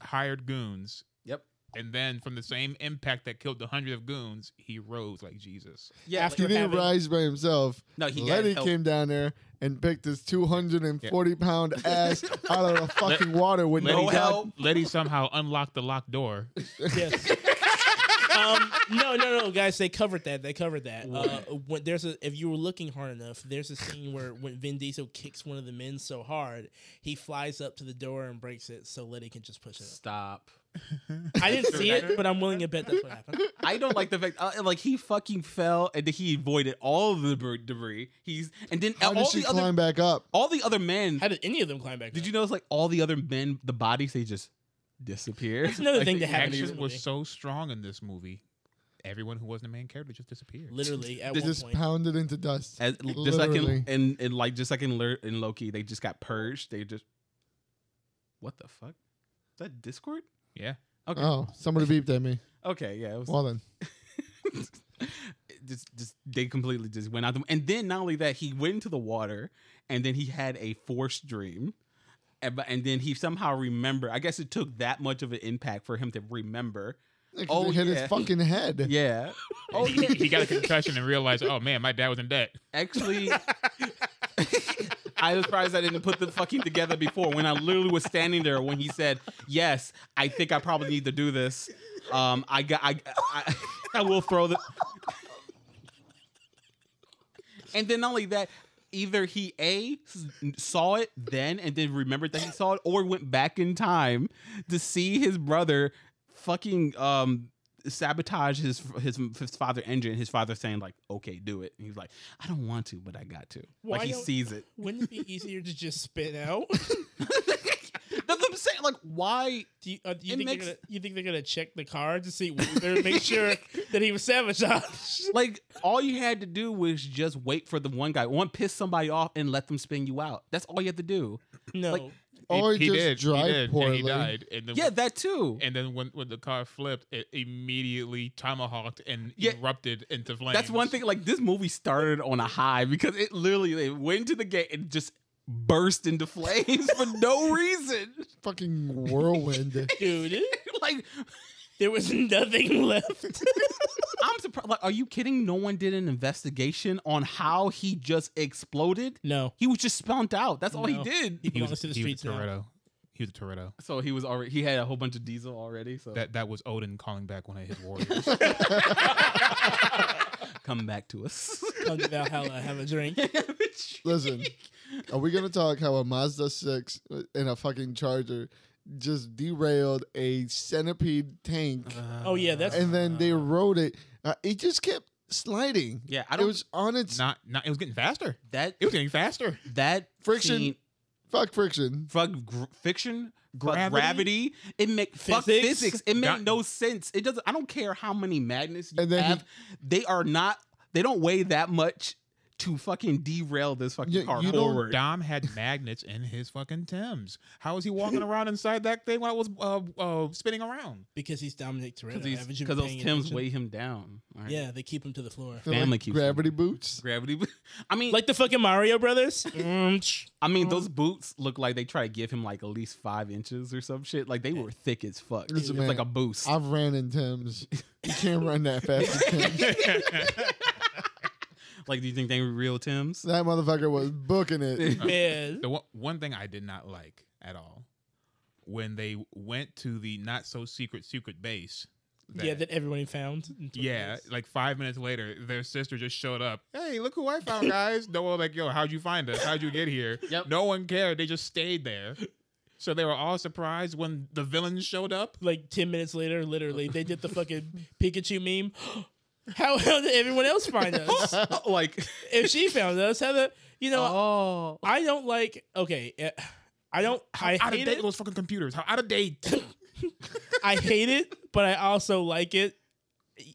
hired goons.
Yep.
And then from the same impact that killed the hundred of goons, he rose like Jesus.
Yeah.
After-
He
For
didn't
having-
rise by himself.
no, he got
Letty
help.
came down there and picked his 240 pound ass out of the fucking water with
no
no help.
help.
Letty somehow unlocked the locked door.
Yes. um, no, no, no, guys. They covered that. They covered that. Uh, when there's a, if you were looking hard enough, there's a scene where when Vin Diesel kicks one of the men so hard, he flies up to the door and breaks it, so Letty can just push it.
Stop.
Up. I didn't see it, but I'm willing to bet that's what happened.
I don't like the fact uh, like he fucking fell and then he avoided all of the debris- debris. He's and then
How did
all
she
the
climb
other
back up?
all the other men.
How did any of them climb back?
Did
up?
you notice like all the other men, the bodies they just disappear?
That's another
Like,
thing that
they
happened
actually-
in this
Action
movie.
was so strong in this movie. Everyone who wasn't a main character just disappeared.
Literally, at
This
one
Just
point,
pounded into dust.
As, just like
Literally.
in, in, in like just like in, Lur- in Loki, they just got purged. They just what the fuck? Is that Discord?
Yeah.
Okay,
Oh, somebody beeped at me.
okay, yeah. It was,
Well then.
just, just they completely just went out. The, and then not only that, he went into the water, and then he had a forced dream, and, but- and then he somehow remembered. I guess it took that much of an impact for him to remember.
Oh,
Oh,
hit
yeah.
his fucking head.
Yeah.
Oh, he, he got a concussion and realized, oh man, my dad was in debt.
Actually, I was surprised I didn't put the fucking together before when I literally was standing there when he said, "Yes, I think I probably need to do this. Um, I got, I, I, I will throw the." And then not only that, either he a s- saw it then and then remembered that he saw it, or went back in time to see his brother fucking um sabotage his his his father engine. His father saying like, "Okay, do it." And he's like, "I don't want to, but I got to."
Why
like he
don't-
sees it.
wouldn't it be easier to just spit out?
That's what I'm saying. Like, why?
Do you, uh, do you
It
think
makes-
they're gonna, you think they're gonna check the car to see? We better make sure that he was sabotaged.
Like, all you had to do was just wait for the one guy, one piss somebody off, and let them spin you out. That's all you had to do.
No.
Like-
Or
he, he
just
did.
drive
he did,
poorly.
And he died. And then,
Yeah, that too.
and then when, when the car flipped, it immediately tomahawked and
Yeah.
erupted into flames.
That's one thing. Like, this movie started on a high because it literally it went to the gate and just burst into flames for no reason.
Fucking whirlwind.
Dude,
Like,
there was nothing left.
I'm I'm surprised. Like, are you kidding? No one did an investigation on how he just exploded.
No,
He was just spunked out. That's all he
No.
did.
He was,
belongs to the
he was
streets
a
now.
Toretto. He was a Toretto.
So he was already. He had a whole bunch of diesel already.
Oh.
So
That that was Odin calling back one of his warriors.
come back to us.
come to Valhalla, have a drink.
Listen, are we gonna talk how a Mazda six and a fucking Charger just derailed a centipede tank,
Uh,
Oh, yeah, that's-
and then they rode it? Uh, it just kept sliding.
Yeah, I
It
don't.
was on its
not not. It was getting faster.
that
It was getting faster.
that
Friction.
scene-
fuck friction.
fuck gr- fiction, gravity.
Gravity?
gravity. It make fuck
Physics?
physics. It made
Got-
no sense. It doesn't. I don't care how many magnets you
And then he-
have. they are not. They don't weigh that much to fucking derail this fucking
You-
car
you don't-
forward.
Dom had magnets in his fucking Timbs. How was he walking around inside that thing while it was uh, uh, spinning around?
Because he's Dominic Toretto. haven't you
Because
been
those
paying
Tims
attention?
weigh him down. All right.
Yeah, they keep him to the floor.
They're like
Family keeps
gravity boots.
Gravity. I mean, like,
Like the fucking Mario Brothers. Mm, tch.
I mean, those boots look like they try to give him like at least five inches or some shit. Like they were thick as fuck.
Listen,
it's
man,
like a boost.
I've ran in Tim's. You can't run that fast. in Timbs.
like, do you think they were real Tims?
That motherfucker was booking it.
Man.
The one, one thing I did not like at all when they went to the not so secret secret base.
Yeah, that everybody found. in Twin
Yeah,
Peaks.
like five minutes later, their sister just showed up. Hey, look who I found, guys. no one like, yo, how'd you find us? How'd you get here?
Yep.
No one cared. They just stayed there. So they were all surprised when the villains showed up.
Like 10 minutes later, literally, they did the fucking Pikachu meme. How, how did everyone else find us?
like,
if she found us, how the, you know,
oh,
I don't like, okay, eh, I don't,
How
I
out of
hate
date
it.
those fucking computers? How out of date?
I hate it, but I also like it.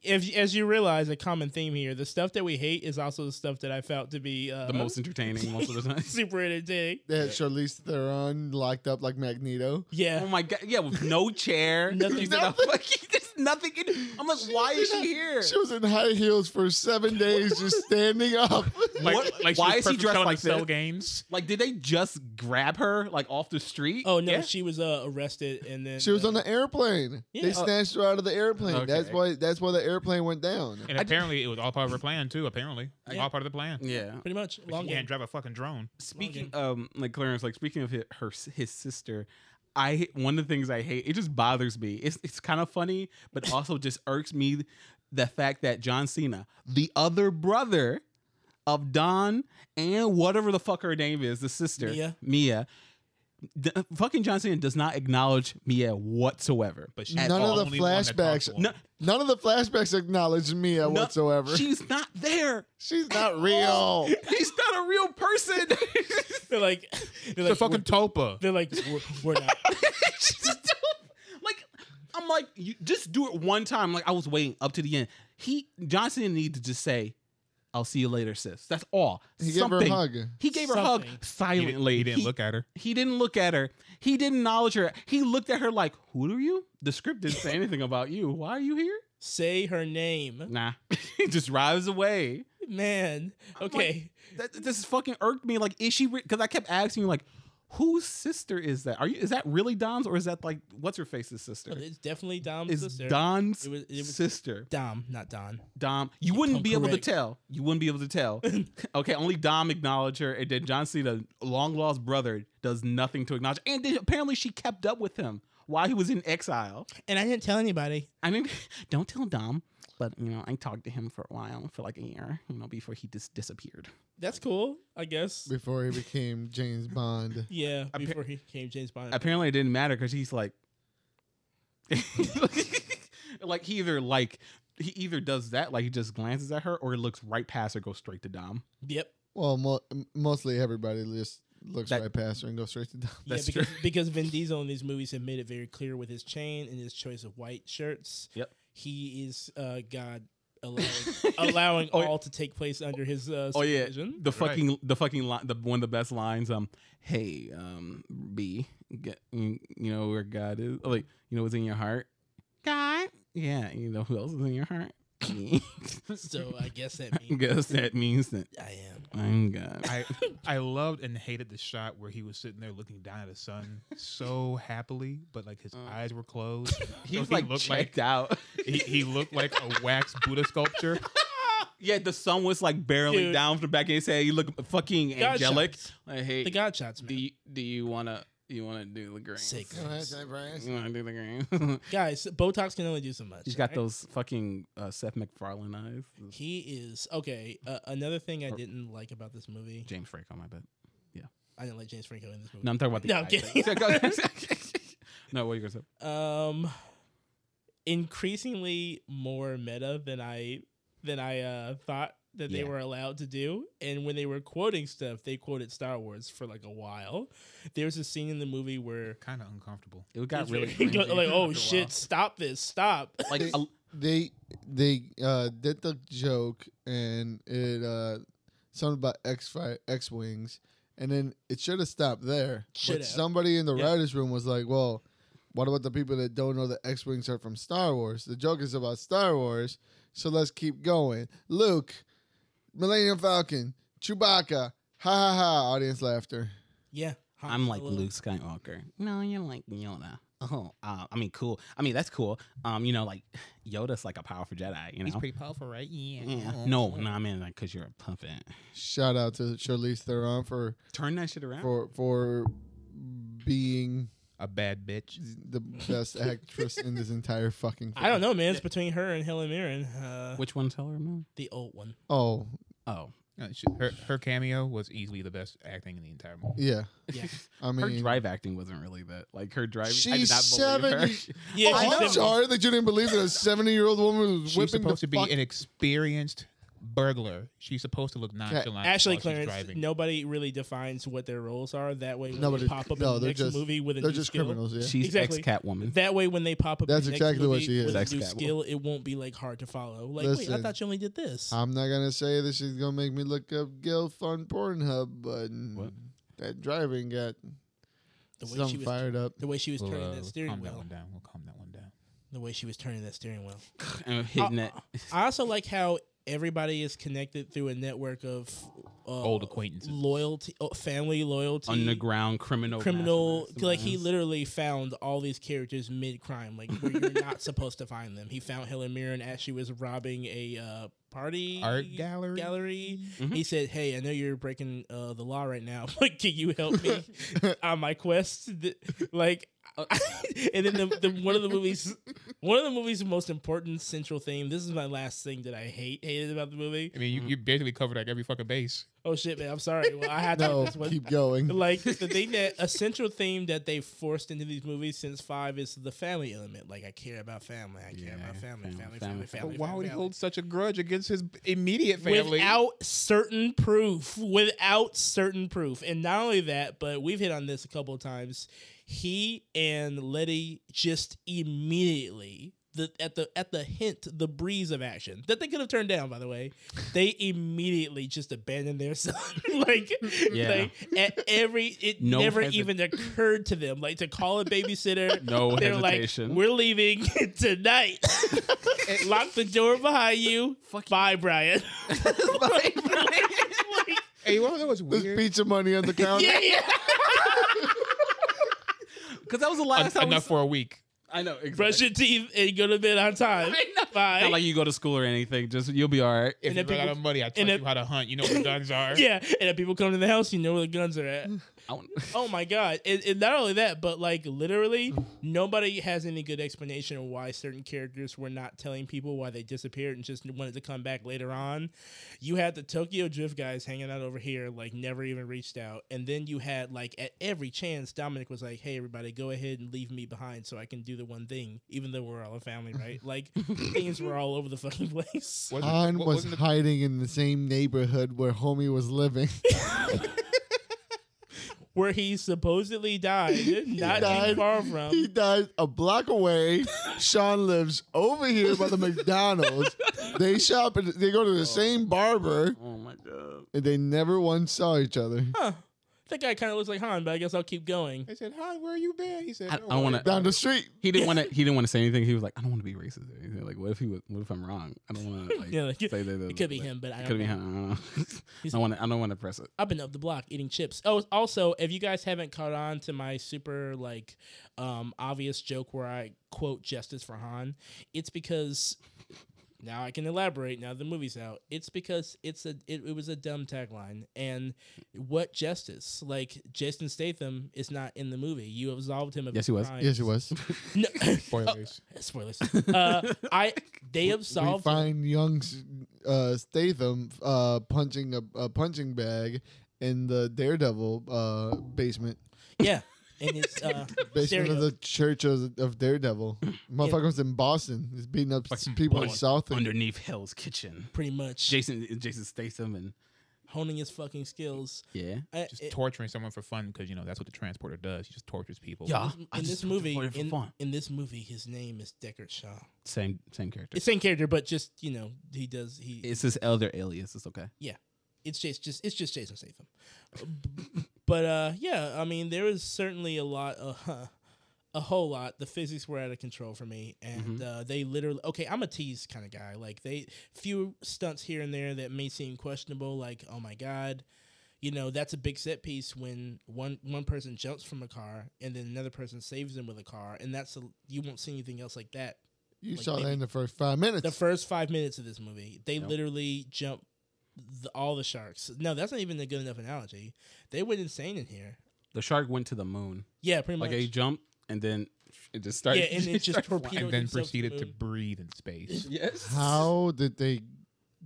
If, as you realize, a common theme here, the stuff that we hate is also the stuff that I felt to be uh,
the most entertaining most of the time.
super entertaining.
They had Charlize Theron locked up like Magneto.
Yeah.
Oh my god! Yeah, with no chair.
Nothing.
She's in a fucking- there's nothing. In, I'm like, why is she here?
She was in high heels for seven days, just standing up.
Like,
What?
like she
Why
was
is he
perfect
dressed
selling
like
cell
this?
games?
Like, did they just grab her like off the street?
Oh no,
Yeah.
she was uh, arrested and then
She was
uh,
on the airplane.
Yeah.
They snatched her out of the airplane. That's
Okay.
why. That's why the airplane went down.
And apparently, it was all part of her plan too. Apparently,
Yeah.
all part of the plan.
yeah.
pretty much
But
long
she can't
game.
drive a fucking drone.
Speaking, um, like Clarence, like speaking of his, her, his sister, I one of the things I hate. It just bothers me. It's it's kind of funny, but also just irks me the fact that John Cena, the other brother of Don and whatever the fuck her name is, the sister
Mia.
Mia. The, fucking John Cena does not acknowledge Mia whatsoever.
But she's
None
the
of the
only one that talks
flashbacks-
to him.
No,
None of the flashbacks acknowledged Mia
No,
whatsoever.
she's not there.
She's not real.
He's not a real person.
They're like, they're
It's a
like,
fucking topa.
we're, they're like, we're, we're not.
She just don't- like I'm like, you just do it one time. Like I was waiting up to the end. He Johnson needed to just say, "I'll see you later, sis." That's all.
He gave her a hug.
He gave her a hug
Something.
He, didn't-
silently.
he didn't look at her.
He didn't look at her. He didn't acknowledge her. He looked at her like, "Who are you?" The script didn't say anything about you. Why are you here?
Say her name,
Nah. he just drives away.
man. Okay,
That, this fucking irked me. Like, is she? Because I kept asking, like, whose sister is that? Are you? Is that really Dom's, or is that like what's her face's sister?
it's definitely Dom's
Is
sister.
Don's
It was- it was-
sister
Dom, not Don.
Dom? You wouldn't be able to
correct.
tell. You wouldn't be able to tell. okay, only Dom acknowledged her, and then John Cena, long lost brother, does nothing to acknowledge. And then apparently she kept up with him while he was in exile.
And I didn't tell anybody.
I mean, don't tell Dom, but you know, I talked to him for a while, for like a year, you know, before he just disappeared.
That's cool, I guess.
Before he became James Bond.
Yeah,
Appa-
before he came James Bond.
apparently it didn't matter because he's like like he either like he either does that like he just glances at her or looks right past her goes straight to dom
yep.
Well, mo- mostly everybody just looks
That-
right past her and goes straight to Dom.
Yeah,
That's
because,
true.
because Vin Diesel in these movies have made it very clear with his chain and his choice of white shirts.
Yep.
He is uh, God allowing, allowing
Oh, yeah.
all to take place under his uh,
Oh, yeah.
supervision.
the fucking the fucking line the one of the best lines um hey um b get, you you know where god is oh, like you know what's in your heart god yeah you know who else is in your heart Me.
So I guess that means
guess that means that
I am
I'm God.
I I loved and hated the shot where he was sitting there looking down at the sun so happily, but like his
Uh.
eyes were closed.
He
So
was like
looked
checked
like
out.
he, he looked like a wax Buddha sculpture.
yeah, the sun was like barreling
Dude.
down from the back, and he said, "You look fucking
God
angelic."
shots.
Like, hey,
The God shots,
do
man.
you, do you wanna you wanna do the green?
Sick.
Can I ask that, Brian?
You wanna do the green?
Guys, Botox can only do so much.
He's got
alright?
those fucking uh, Seth MacFarlane eyes.
He is okay. Uh, another thing I
Or-
didn't like about this movie,
James Franco, my bad.
I didn't like James Franco in this movie.
No, I'm talking about the
No, I'm
eye
kidding.
thing. no, what are you gonna say?
um increasingly more meta than i than i uh thought that they
Yeah.
were allowed to do and when they were quoting stuff they quoted star wars for like a while there's a scene in the movie where
Kind of uncomfortable.
It got
it's
really
go-
cringy
like oh
after a while.
shit stop this stop
Like,
They-
a-
They they uh, did the joke and it uh, something about X fi- X wings, and then it should have stopped there.
Shoulda.
But somebody in the
Yeah.
writers' room was like, "Well, what about the people that don't know that X wings are from Star Wars? The joke is about Star Wars, so let's keep going." Luke, Millennium Falcon, Chewbacca, ha ha ha! Audience laughter.
yeah Han
I'm like
Solo.
Luke Skywalker. No, you're like Yoda. Oh, uh, I mean, cool. I mean, that's cool. Um, you know, like Yoda's like a powerful Jedi. You know,
powerful, right?
yeah. Oh. No, no, I mean, like, cause you're a puppet.
Shout out to Charlize Theron for
Turn that shit around.
for for being
A bad bitch.
the best actress in this entire fucking.
i don't know man it's between her and helen mirren uh
Which one's Taylor Moon?
the old one
Oh
Oh,
Uh, she- Her her cameo was easily the best acting in the entire movie.
yeah,
Yeah.
I
her
mean,
drive acting wasn't really that. Like her driving, I did
She's
not believe
70.
her.
yeah
Oh,
she's
I'm
seventy.
sorry that you didn't believe that a seventy-year-old woman was
She's
whipping
supposed
the
to be
fuck-
an experienced burglar. She's supposed to look nonchalant.
Actually,
while she's
Clarence,
driving.
nobody really defines what their roles are. That way, when
Nobody-
they pop up
no,
in the
they're
next
just-
movie with a
They're
new
just
skill,
criminals. Yeah,
She's
Exactly.
ex Catwoman.
That way, when they pop up,
That's
in the
exactly what
next movie
she is.
With
That's
a new
Catwoman.
skill, it won't be like hard to follow. Like, wait, I
Listen.
thought you only did this.
I'm not gonna say that she's gonna make me look up Gilf on Pornhub, but
What?
that driving got
the way she
some
was,
fired up.
the way she was
We'll,
turning
uh,
that
we'll
steering
calm that
wheel,
one down. We'll calm that one down.
the way she was turning that uh, steering wheel.
and hitting that.
I also like how everybody is connected through a network of uh,
Old acquaintances.
loyalty, oh, family loyalty,
underground criminal
criminal
masterminds.
like he literally found all these characters mid crime like where you're not supposed to find them he found helen mirren as she was robbing a uh, party
Art gallery.
gallery
Mhm.
he said hey i know you're breaking uh, the law right now but can you help me on my quest Th- like and then the, the one of the movies one of the movie's most important central theme this is my last thing that i hate hated about the movie
I mean, you, you basically covered like every fucking base.
oh shit man i'm sorry well i had to
No,
this one
keep going.
like the thing that a central theme that they forced into these movies since five is the family element. Like I care about family. I care
Yeah,
about family. Family. Family.
family,
Family.
family,
family,
Why would he
family.
hold such a grudge against his immediate family?
Without certain proof, without certain proof, and not only that, but we've hit on this a couple of times. He and Letty just immediately the at the at the hint, the breeze of action that they could have turned down. By the way, they immediately just abandoned their son. like,
Yeah.
like at every it
No
never
hesit-
even occurred to them like to call a babysitter.
No
They're like,
hesitation.
we're leaving tonight. Lock the door behind you.
Fuck
Bye, Brian. Like,
Hey, you want to know what's
There's
weird?
pizza money on the counter.
yeah, yeah.
Because that was the last
En-
time. we
enough
s-
for a week.
I know. Exactly.
Brush your teeth and go to bed on time. Bye.
Not like you go to school or anything. Just you'll be all right.
If
And
you
then
run out
people-
of money, I
and
taught
then-
you how to hunt. You know what guns are.
yeah, and if people come to the house, you know where the guns are at.
I want-
Oh my god! And, and not only that, but like literally, nobody has any good explanation of why certain characters were not telling people why they disappeared and just wanted to come back later on. You had the Tokyo Drift guys hanging out over here, like never even reached out, and then you had like at every chance, Dominic was like, "Hey, everybody, go ahead and leave me behind so I can do the one thing." Even though we're all a family, right? Like things were all over the fucking place.
Wasn't-
Han
wa-
was
wasn't the-
hiding in the same neighborhood where homie was living.
Where he supposedly died, not too
died.
far from.
He dies a block away. Sean lives over here by the McDonald's. They shop and they go to the same barber,
oh my god.
and they never once saw each other.
huh, that guy kind of looks like Han, but I guess I'll keep going.
I said, "Hi, where you been?" He said,
I- I
"No
don't wanna-
worries."
Down the street,
He didn't want to. He didn't want to say anything. He was like, I don't want to be racist or anything. Like, what if he was? What if I'm wrong? I don't want to. Like,
Yeah, like,
say that-
it could be him, but I
It
don't
could be
know.
him. I don't know. I don't want to. I don't want to press it.
I've been up the block eating chips. Oh, also, if you guys haven't caught on to my super like um, obvious joke where I quote "Justice for Han," it's because now I can elaborate. Now the movie's out. It's because it's a it, it was a dumb tagline. And what justice? Like Jason Statham is not in the movie. You absolved him of
Yes,
his
he was.
crimes.
Yes, it was.
No,
Spoilers.
spoilers. Uh, I they
we
absolved.
find young S- uh, Statham uh, punching a, a punching bag in the Daredevil uh, basement,
Yeah, and it's uh,
basement
stereo.
of the Church of, of Daredevil. Motherfucker was in Boston. He's beating up s-
Fucking
people in
Boston.
South. End.
Underneath Hell's Kitchen,
pretty much
Jason Jason Statham and
honing his fucking skills.
yeah.
I-
Just
it-
torturing someone for fun because you know that's what the transporter does. He just tortures people.
Yeah.
in
I
this
just
movie,
played it for
in,
fun.
in this movie, his name is Deckard Shaw.
Same same
It's
character. It's,
same character, but just you know, he does he. It's,
his elder alias. It's okay.
just just it's just Jason Statham. but uh, yeah, I mean, there is certainly a lot, uh, a whole lot. The physics were out of control for me, and uh, they literally. Okay, I'm a tease kind of guy. Like they few stunts here and there that may seem questionable. Like oh my god. You know that's a big set piece when one one person jumps from a car and then another person saves them with a car, and that's a, you won't see anything else like that
You
Like,
saw that
maybe-
in the first five minutes.
the first five minutes of this movie, they
Yep.
literally jump the, all the sharks. No, that's not even a good enough analogy. They went insane in here.
The shark went to the moon.
Yeah, pretty
Like
much.
he jumped and then it just started.
yeah, and it just torpedoed
and then
himself to the
proceeded to
moon.
breathe in space.
yes.
How did they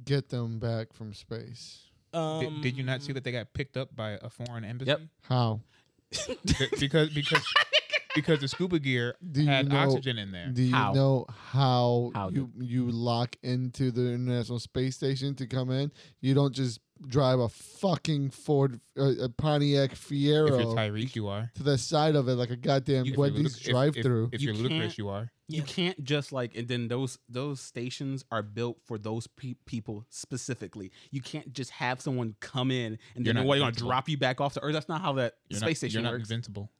get them back from space?
Um,
Did, did you not see that they got picked up by a foreign embassy?
Yep.
How
Be- because because because the scuba gear
do you
had
know?
oxygen in there.
Do you
How?
know how,
How
you you lock into the International Space Station to come in? You don't just drive a fucking Ford, uh, a Pontiac
If you're
Fiero
Tyreek, you are.
to the side of it like a goddamn
You- if you're
Wendy's
Ludic- if-
drive through.
If, if,
You
you're
can't-
ludicrous, you are.
Yeah.
You can't just like and then those those stations are built for those pe- people specifically. You can't just have someone come in and
You're
then
not
what, you're gonna
invincible.
drop you back off the earth. That's not how that
You're
space
not,
station
You're not
works.
invincible.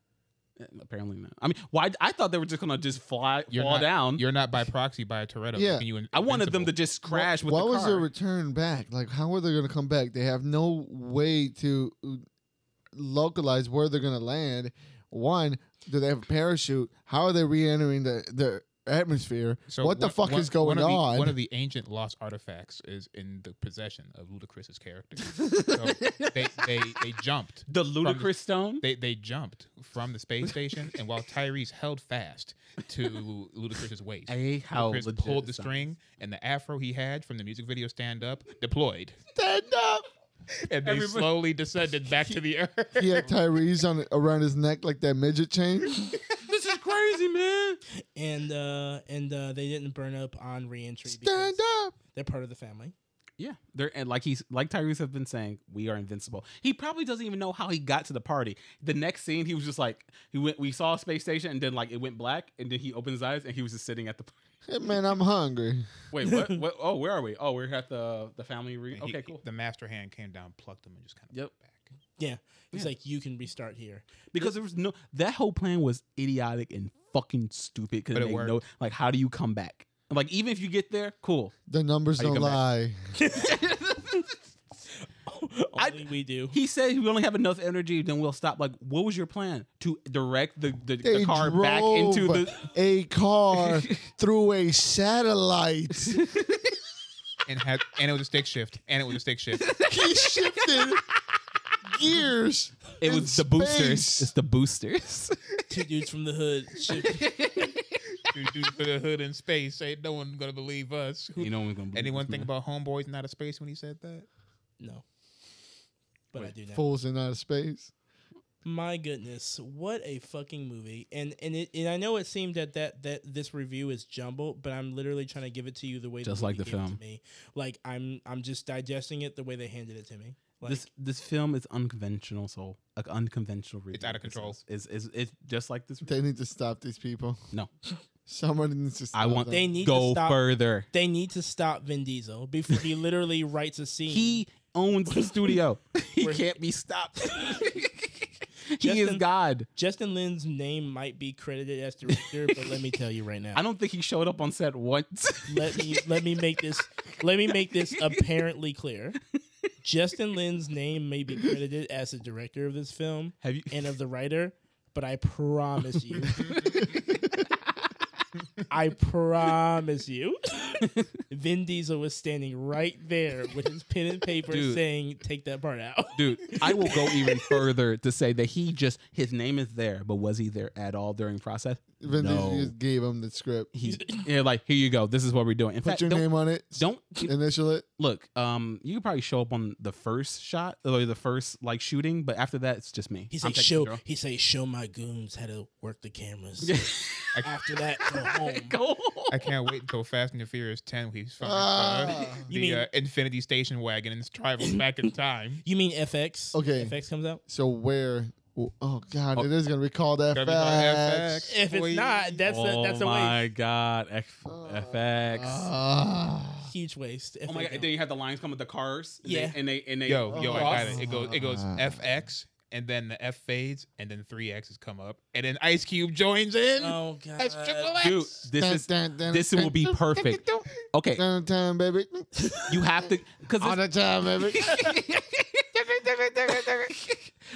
Eh, Apparently not. I mean, why? I thought they were just gonna just fly
You're
fall
not,
down.
You're not by proxy by a Toretto.
Yeah.
making you
I wanted them to
invincible.
just crash
What
with the
was
car.
their return back? Like, how are they going to come back? They have no way to uh, localize where they're going to land. One, do they have a parachute? How are they re-entering the the atmosphere? what the
one-
fuck
one-
is going
one of the-
on?
One of the ancient lost artifacts is in the possession of Ludacris's character. so they, they they jumped.
the ludicrous stone.
They they jumped from the space station, and while Tyrese held fast to Ludacris's waist,
I hate how
Ludacris
legit
pulled
it
the
sounds.
string, and the afro he had from the music video "Stand Up" deployed,
Stand up.
and they
Everybody-
slowly descended back to the earth.
He had Tyrese on around his neck like that midget chain.
This is crazy, man.
and uh, and uh, they didn't burn up on reentry.
Stand
because
up.
They're part of the family.
Yeah, they're and like he's like Tyrese have been saying, we are invincible. He probably doesn't even know how he got to the party. The next scene, he was just like, he went, we saw a space station, and then like it went black, and then he opened his eyes, and he was just sitting at the.
Hey, man, I'm hungry.
Wait, what? what? Oh, where are we? Oh, we're at the the family re.
And he-
Okay, cool.
The master hand came down, plucked him, and just kind of
Yep.
back.
He's
Yeah.
like, you can restart here.
Because there was no that whole plan was idiotic and fucking stupid. Because
But it
they know like how do you come back? Like even if you get there, cool.
The numbers
How you
don't
come back?
lie.
Only we do.
He said if we only have enough energy, then we'll stop. Like, what was your plan to direct the the,
They
the car back into
drove
the?
a car through a satellite.
And had and it was a stick shift, and it was a stick shift.
he shifted gears.
It
in
was the boosters.
space.
It's the boosters.
Two dudes from the hood. Shoot.
Dude, dude, for the hood in space, ain't no one gonna believe us. Who-
know what's gonna be.
Anyone think about homeboys and out of space when he said that?
No, but I
Wait,
do now.
Fools in outer space.
My goodness, what a fucking movie! And and it and I know it seemed that that that this review is jumbled, but I'm literally trying to give it to you the way
Just like
movie
the
gave it to
film.
me. Like I'm I'm just digesting it the way they handed it to me. Like
this this film is unconventional, so like unconventional. Review.
out of
This
control.
Is is it's just like this?
They need to stop these people.
No.
Somebody needs to stop
I want
them.
They need to
go
stop.
further.
They need to stop Vin Diesel before he literally writes a scene.
He owns the studio. he
Where-
can't be stopped. he is
Justin-
God.
Justin Lin's name might be credited as director, but let me tell you right now.
I don't think he showed up on set once.
let me let me make this let me make this apparently clear. Justin Lin's name may be credited as the director of this film
Have you?
and of the writer, but I promise you, I promise you, Vin Diesel was standing right there with his pen and paper
Dude.
saying, "Take that part out."
Dude, I will go even further to say that he just his name is there, but was he there at all during process?
Vin Diesel
No.
just gave him the script.
He yeah, like here you go. This is what we're doing. In
Put
fact,
your
don't,
name on it.
don't
Initial it.
look. Um, you could probably show up on the first shot or the first like shooting, but after that, it's just me.
He
I'm
said,
taking
"Show."
control.
He said, "Show my goons how to work the cameras." After that, go home.
Go.
I can't wait until Fast and the Furious 10 when he's finding uh,
Ah.
You
the
mean-
uh, Infinity Station wagon and travels back in time.
You mean FX?
Okay.
FX comes out.
So where? Oh God, it is gonna be called
Gotta be on
FX.
FX,
If it's
boy.
not, that's a, that's
Oh
a waste.
god, F-
Uh,
Ah.
Huge waste. if
Oh my
they
god! And then
don't.
you have the lines come with the cars. And
Yeah.
They, and they and they
Yo, yo, I got
cross.
it. It goes, it goes
Ah.
FX, and then the F fades, and then three X's come up, and then Ice Cube joins in.
Oh god.
That's triple X.
Dude, this is
Dun, dun,
this
dun,
will be
dun,
perfect. Okay,
Dun, dun, baby.
you have to
All
because
the time, baby.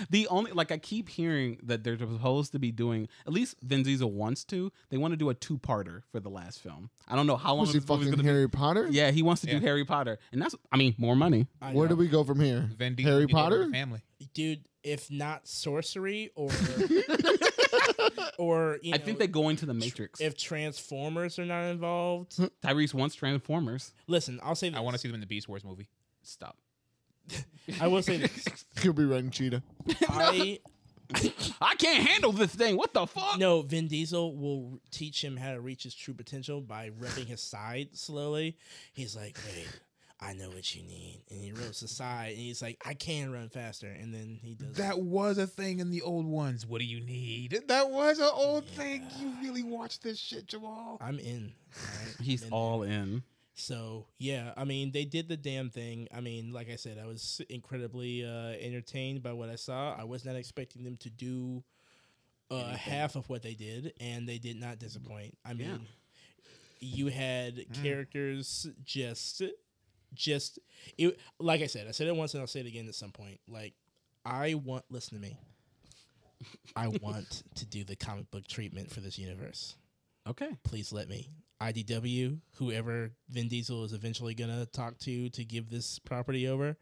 the only like I keep hearing that they're supposed to be doing at least Vin Diesel wants to. They want to do a two-parter for the last film. I don't know how long
Was he
this movie's
fucking
gonna
Harry Potter?
be. Yeah, he wants to
Yeah.
do Harry Potter, and that's I mean more money.
I
Where
know.
do we go from here?
Vin Diesel,
Harry
you know,
Potter.
family.
dude? If not sorcery or or you
I
know,
think they go into the Matrix.
if Transformers are not involved.
Tyrese wants Transformers.
Listen, I'll say this.
I want to see them in the Beast Wars movie.
Stop.
I will say this.
Could be running cheetah.
I
I can't handle this thing. What the fuck?
no Vin Diesel will r- teach him how to reach his true potential by rubbing his side slowly. He's like, wait. I know what you need, and he rubs his side, and he's like, "I can run faster," and then he does.
That was a thing in the old ones. What do you need? That was an old thing. You really watched this shit, Jamal.
I'm in. all right?
He's
I'm in there.
all in.
So yeah, I mean they did the damn thing. I mean, like I said, I was incredibly uh, entertained by what I saw. I was not expecting them to do uh, half of what they did, and they did not disappoint. I mean,
Yeah.
you had characters just, just it. Like I said, I said it once, and I'll say it again at some point. Like I want, listen to me. I want to do the comic book treatment for this universe
Okay.
please let me. IDW, whoever Vin Diesel is eventually going to talk to to give this property over,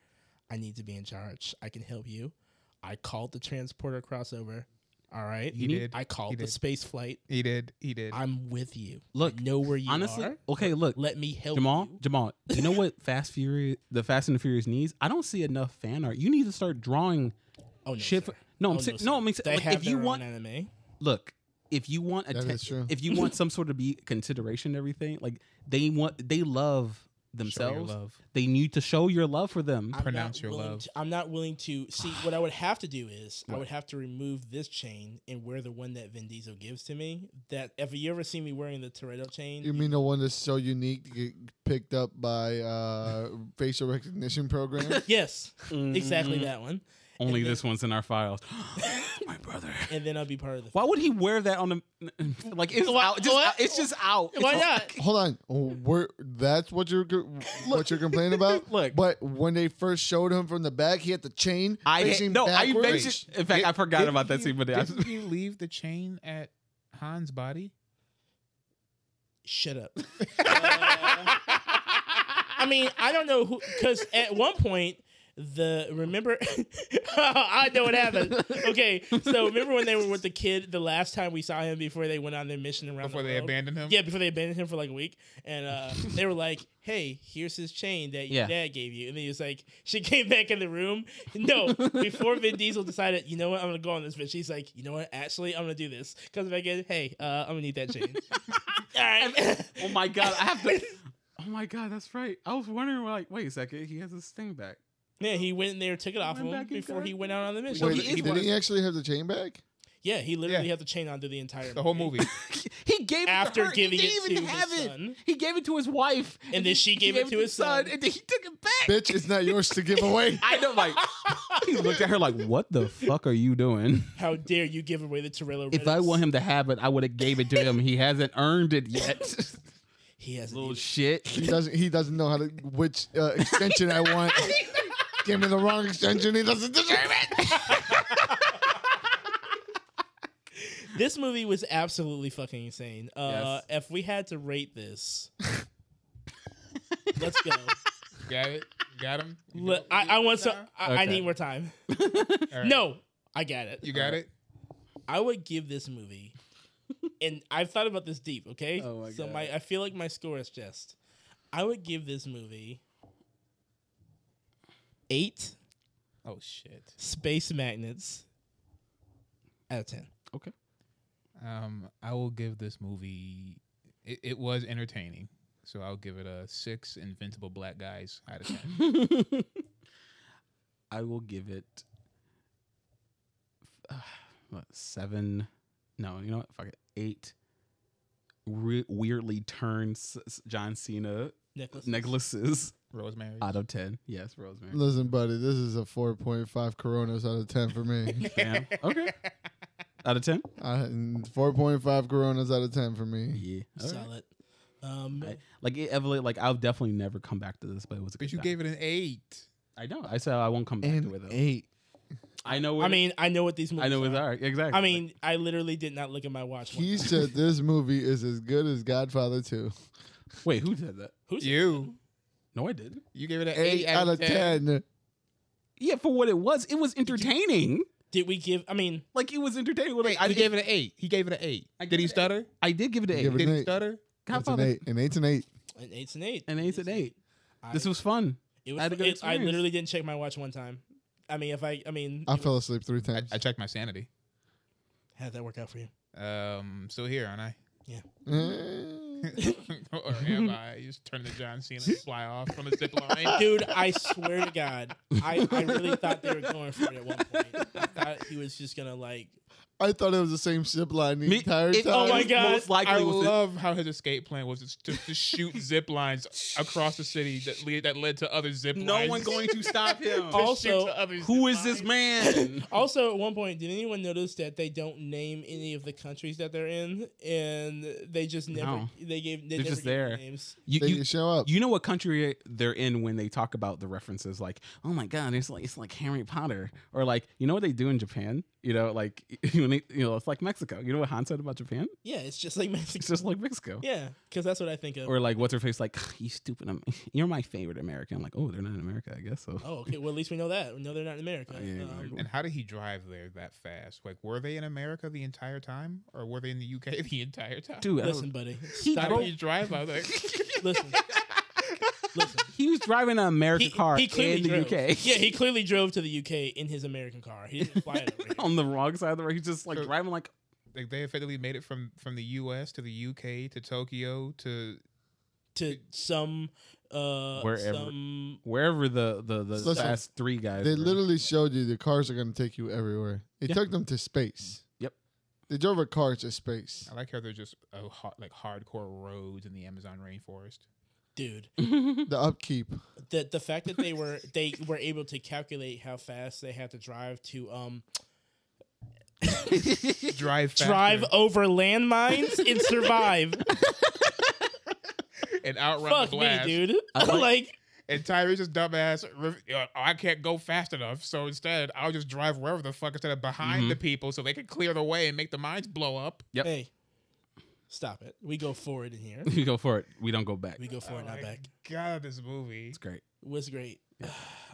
I need to be in charge. I can help you. I called the transporter crossover. All right.
He did.
I
He
called the
did.
space flight.
He did. He did.
I'm with you.
Look,
I know where you
Honestly,
are.
okay. Look,
Let me help
Jamal,
you.
Jamal, you know what Fast Furious, the Fast and the Furious needs? I don't see enough fan art. You need to start drawing
Oh, no,
shit.
sir.
for- no, I'm
Oh,
si-
sir.
no, I'm ex-
They
like,
have
if you
their own
want,
anime.
look, if you want
That is true.
attention, if you want some sort of be consideration, and everything like they want, they love
Show your
themselves.
love.
They need to show your love for them.
I'm
Pronounce
not
your
willing
love.
to- I'm not willing to see what I would have to do is I would have to remove this chain and wear the one that Vin Diesel gives to me. That if you ever see me wearing the Toretto chain,
You mean the one that's so unique to get picked up by uh, facial recognition program?
yes, exactly
Mm,
Mm-hmm.
that one.
Only
And
this one's in our files. My brother.
And then I'll be part of the.
Why would he wear that on a like? It's
Why-
out. Just,
why-
out- it's just out.
Why
It's-
not?
Hold on, Oh, we're, that's what you're go- what you're complaining about.
Look.
but when they first showed him from the back, he had the chain
I
facing
no.
backwards.
I mentioned. In fact, I forgot
Didn't
about that
he-
scene, but I-
didn't he leave the chain at Han's body?
Shut up. Uh, I mean, I don't know who because at one point. The remember, I know what happened. Okay, so remember when they were with the kid the last time we saw him before they went on their mission around
Before
the
they
world?
abandoned him?
Yeah, before they abandoned him for like a week, and uh, they were like, "Hey, here's his chain that your
Yeah.
dad gave you." And then he was like, "She came back in the room." No, before Vin Diesel decided, you know what, I'm gonna go on this bitch. She's like, "You know what? Actually, I'm gonna do this." Comes back in, "Hey, uh, I'm gonna need that chain." All right.
Oh my god, I have to. Oh my god, that's right. I was wondering, like, wait a second, he has his thing back.
Yeah, he went in there, took it off
went
of him
back and
before
got
he
it.
went out on the mission.
Wait,
he is
did
one.
he actually have the chain back?
yeah, he literally
Yeah.
had the chain on through the entire
The whole movie.
He gave it to
After
her.
giving
he
it
didn't even
to
have
his
it.
son.
He gave it to his wife,
then she
he
gave it to his son.
and then he took it back.
Bitch, it's not yours to give away.
I know, like, he looked at her like, "What the fuck are you doing?"
How dare you give away the Torello?
If I want him to have it, I would have gave it to him. He hasn't earned it yet.
he has
Little
little
shit.
He doesn't. He doesn't know how to which uh, extension I want. Give me the wrong extension. He doesn't deserve it.
This movie was absolutely fucking insane. Uh, If we had to rate this, let's go.
Got it? Got him?
Le- I, I want some. I, I
Okay.
need more time.
All right.
No, I got it.
You got it?
I would give this movie, and I've thought about this deep. Okay,
Oh my
so
God.
my I feel like my score is just. I would give this movie eight
Oh, shit.
space magnets out of ten.
Um, I will give this movie. It, it was entertaining, so I'll give it a six invincible black guys out of ten.
I will give it uh, what, seven. No, you know what? Fuck it. Eight. Re- weirdly turned S- S- John Cena
Nicholas.
necklaces
Rosemary.
out of ten. Yes, Rosemary.
Listen, buddy, this is a four point five Coronas out of ten for me.
Damn. Okay. Out of ten.
I, four point five Coronas out of ten for me.
Yeah. all right.
Solid. Um,
I- like it, Evelyn, like I'll definitely never come back to this, but it was a good
But you
time.
gave it an eight.
I know. I said I won't come back to it.
And
Though.
eight.
I know. What
I mean, I know what these movies.
I know it's
are.
all right. Exactly.
I mean, I literally did not look at my watch. one
He
time.
said this movie is as good as Godfather Two.
wait, who said that?
Who's
You.
No, I didn't.
You gave it an
Eight, out of ten.
Yeah, for what it was, it was entertaining.
Did we give? I mean,
Like it was entertaining. Like,
Wait,
I
you
did,
gave it an eight. He gave it an eight.
I
Did
gave
he
it an
stutter?
I did give it an eight.
Give it
Did
an
he
eight.
stutter?
It's an
Godfather,
eight. An eight's an eight.
an eight's an eight.
an eight's an eight.
I,
This was fun.
It was.
I had a
fu-
good
it- I
experience.
literally didn't check my watch one time. I mean, if I, I mean,
I
you-
fell asleep three
I,
times.
I checked my sanity.
how'd that work out for you?
Um, still here, aren't I?
Eh.
or am I? You just turn to John Cena and fly off from the zip line.
Dude, I swear to God, I, I really thought they were going for it at one point. I thought he was just gonna like.
I thought it was the same zip line the
Me-
entire
it-
time.
Oh my
Most
God,
likely
I
was the-
love how his escape plan was just to, to shoot zip lines across the city that lead that led to other zip
no
lines.
one going to stop him.
To shoot
Also,
to other
who
zip
is this
lines.
man?
Also, at one point, did anyone notice that they don't name any of the countries that they're in, and they just never
No.
they gave they
They're
never
just
gave
there.
names.
You,
They
you,
didn't show up.
you know what country they're in when they talk about the references like oh my god it's like it's like harry potter or like you know what they do in japan you know like when they, you know it's like mexico you know what han said about japan
Yeah, it's just like Mexico.
it's just like mexico
Yeah, because that's what I think of.
or like what's her face like "Ah, you stupid Am- you're my favorite american I'm like oh they're not in america i guess so
oh, okay. Well, at least we know that. We know they're not in America.
Oh, yeah,
Um,
like-
And how did he drive there that fast? Like, were they in America the entire time, or were they in the UK the entire time?
dude I don't-
listen, buddy.
he,
stop
how
drove-
did he drive out there?
Listen, listen.
he was driving an american
He,
car
he clearly
in the
drove.
uk
Yeah, he clearly drove to the UK in his American car. He didn't fly it over here.
on the wrong side of the road he's just like
Sure.
driving like
like they effectively made it from from the US to the UK to Tokyo to
to some uh
Wherever.
some
wherever the the the
Listen,
fast three guys
They
were.
literally showed you the cars are going to take you everywhere. They
Yeah.
took them to space.
Yep.
They drove a car to space.
I like how they're just a hot, like hardcore roads in the Amazon rainforest.
dude.
The upkeep.
The the fact that they were they were able to calculate how fast they had to drive to um
Drive faster
drive over landmines and survive.
and outrun
Fuck
the blast.
me, dude.
I like-
like
And Tyrese's dumbass, re- uh, I can't go fast enough, so instead I'll just drive wherever the fuck instead of behind
Mm-hmm.
the people, so they can clear the way and make the mines blow up.
Yep.
hey. Stop it. We go forward in here.
we go for it we don't go back
We go forward,
Oh
not
my
back.
God, this movie.
it's great
was great.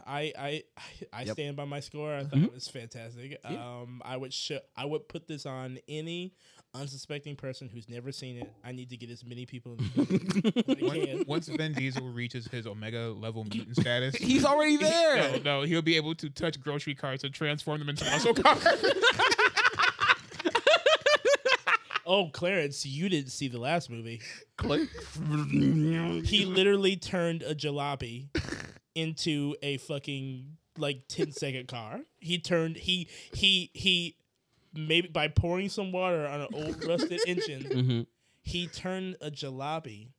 I I I
Yep. Mm-hmm.
stand by my score. I thought it was fantastic.
Yeah.
Um, I would sh- I would put this on any unsuspecting person who's never seen it. I need to get as many people. In the movie as I
Once-
can.
Once Vin Diesel reaches his Omega level mutant status,
He's already
no,
there.
no, he'll be able to touch grocery carts and transform them into muscle cars.
Oh, Clarence, you didn't see the last movie.
Click. Mm-hmm.
He literally turned a jalopy into a fucking like 10 second car. He turned he he he maybe by pouring some water on an old rusted engine.
Mhm.
he turned a jalopy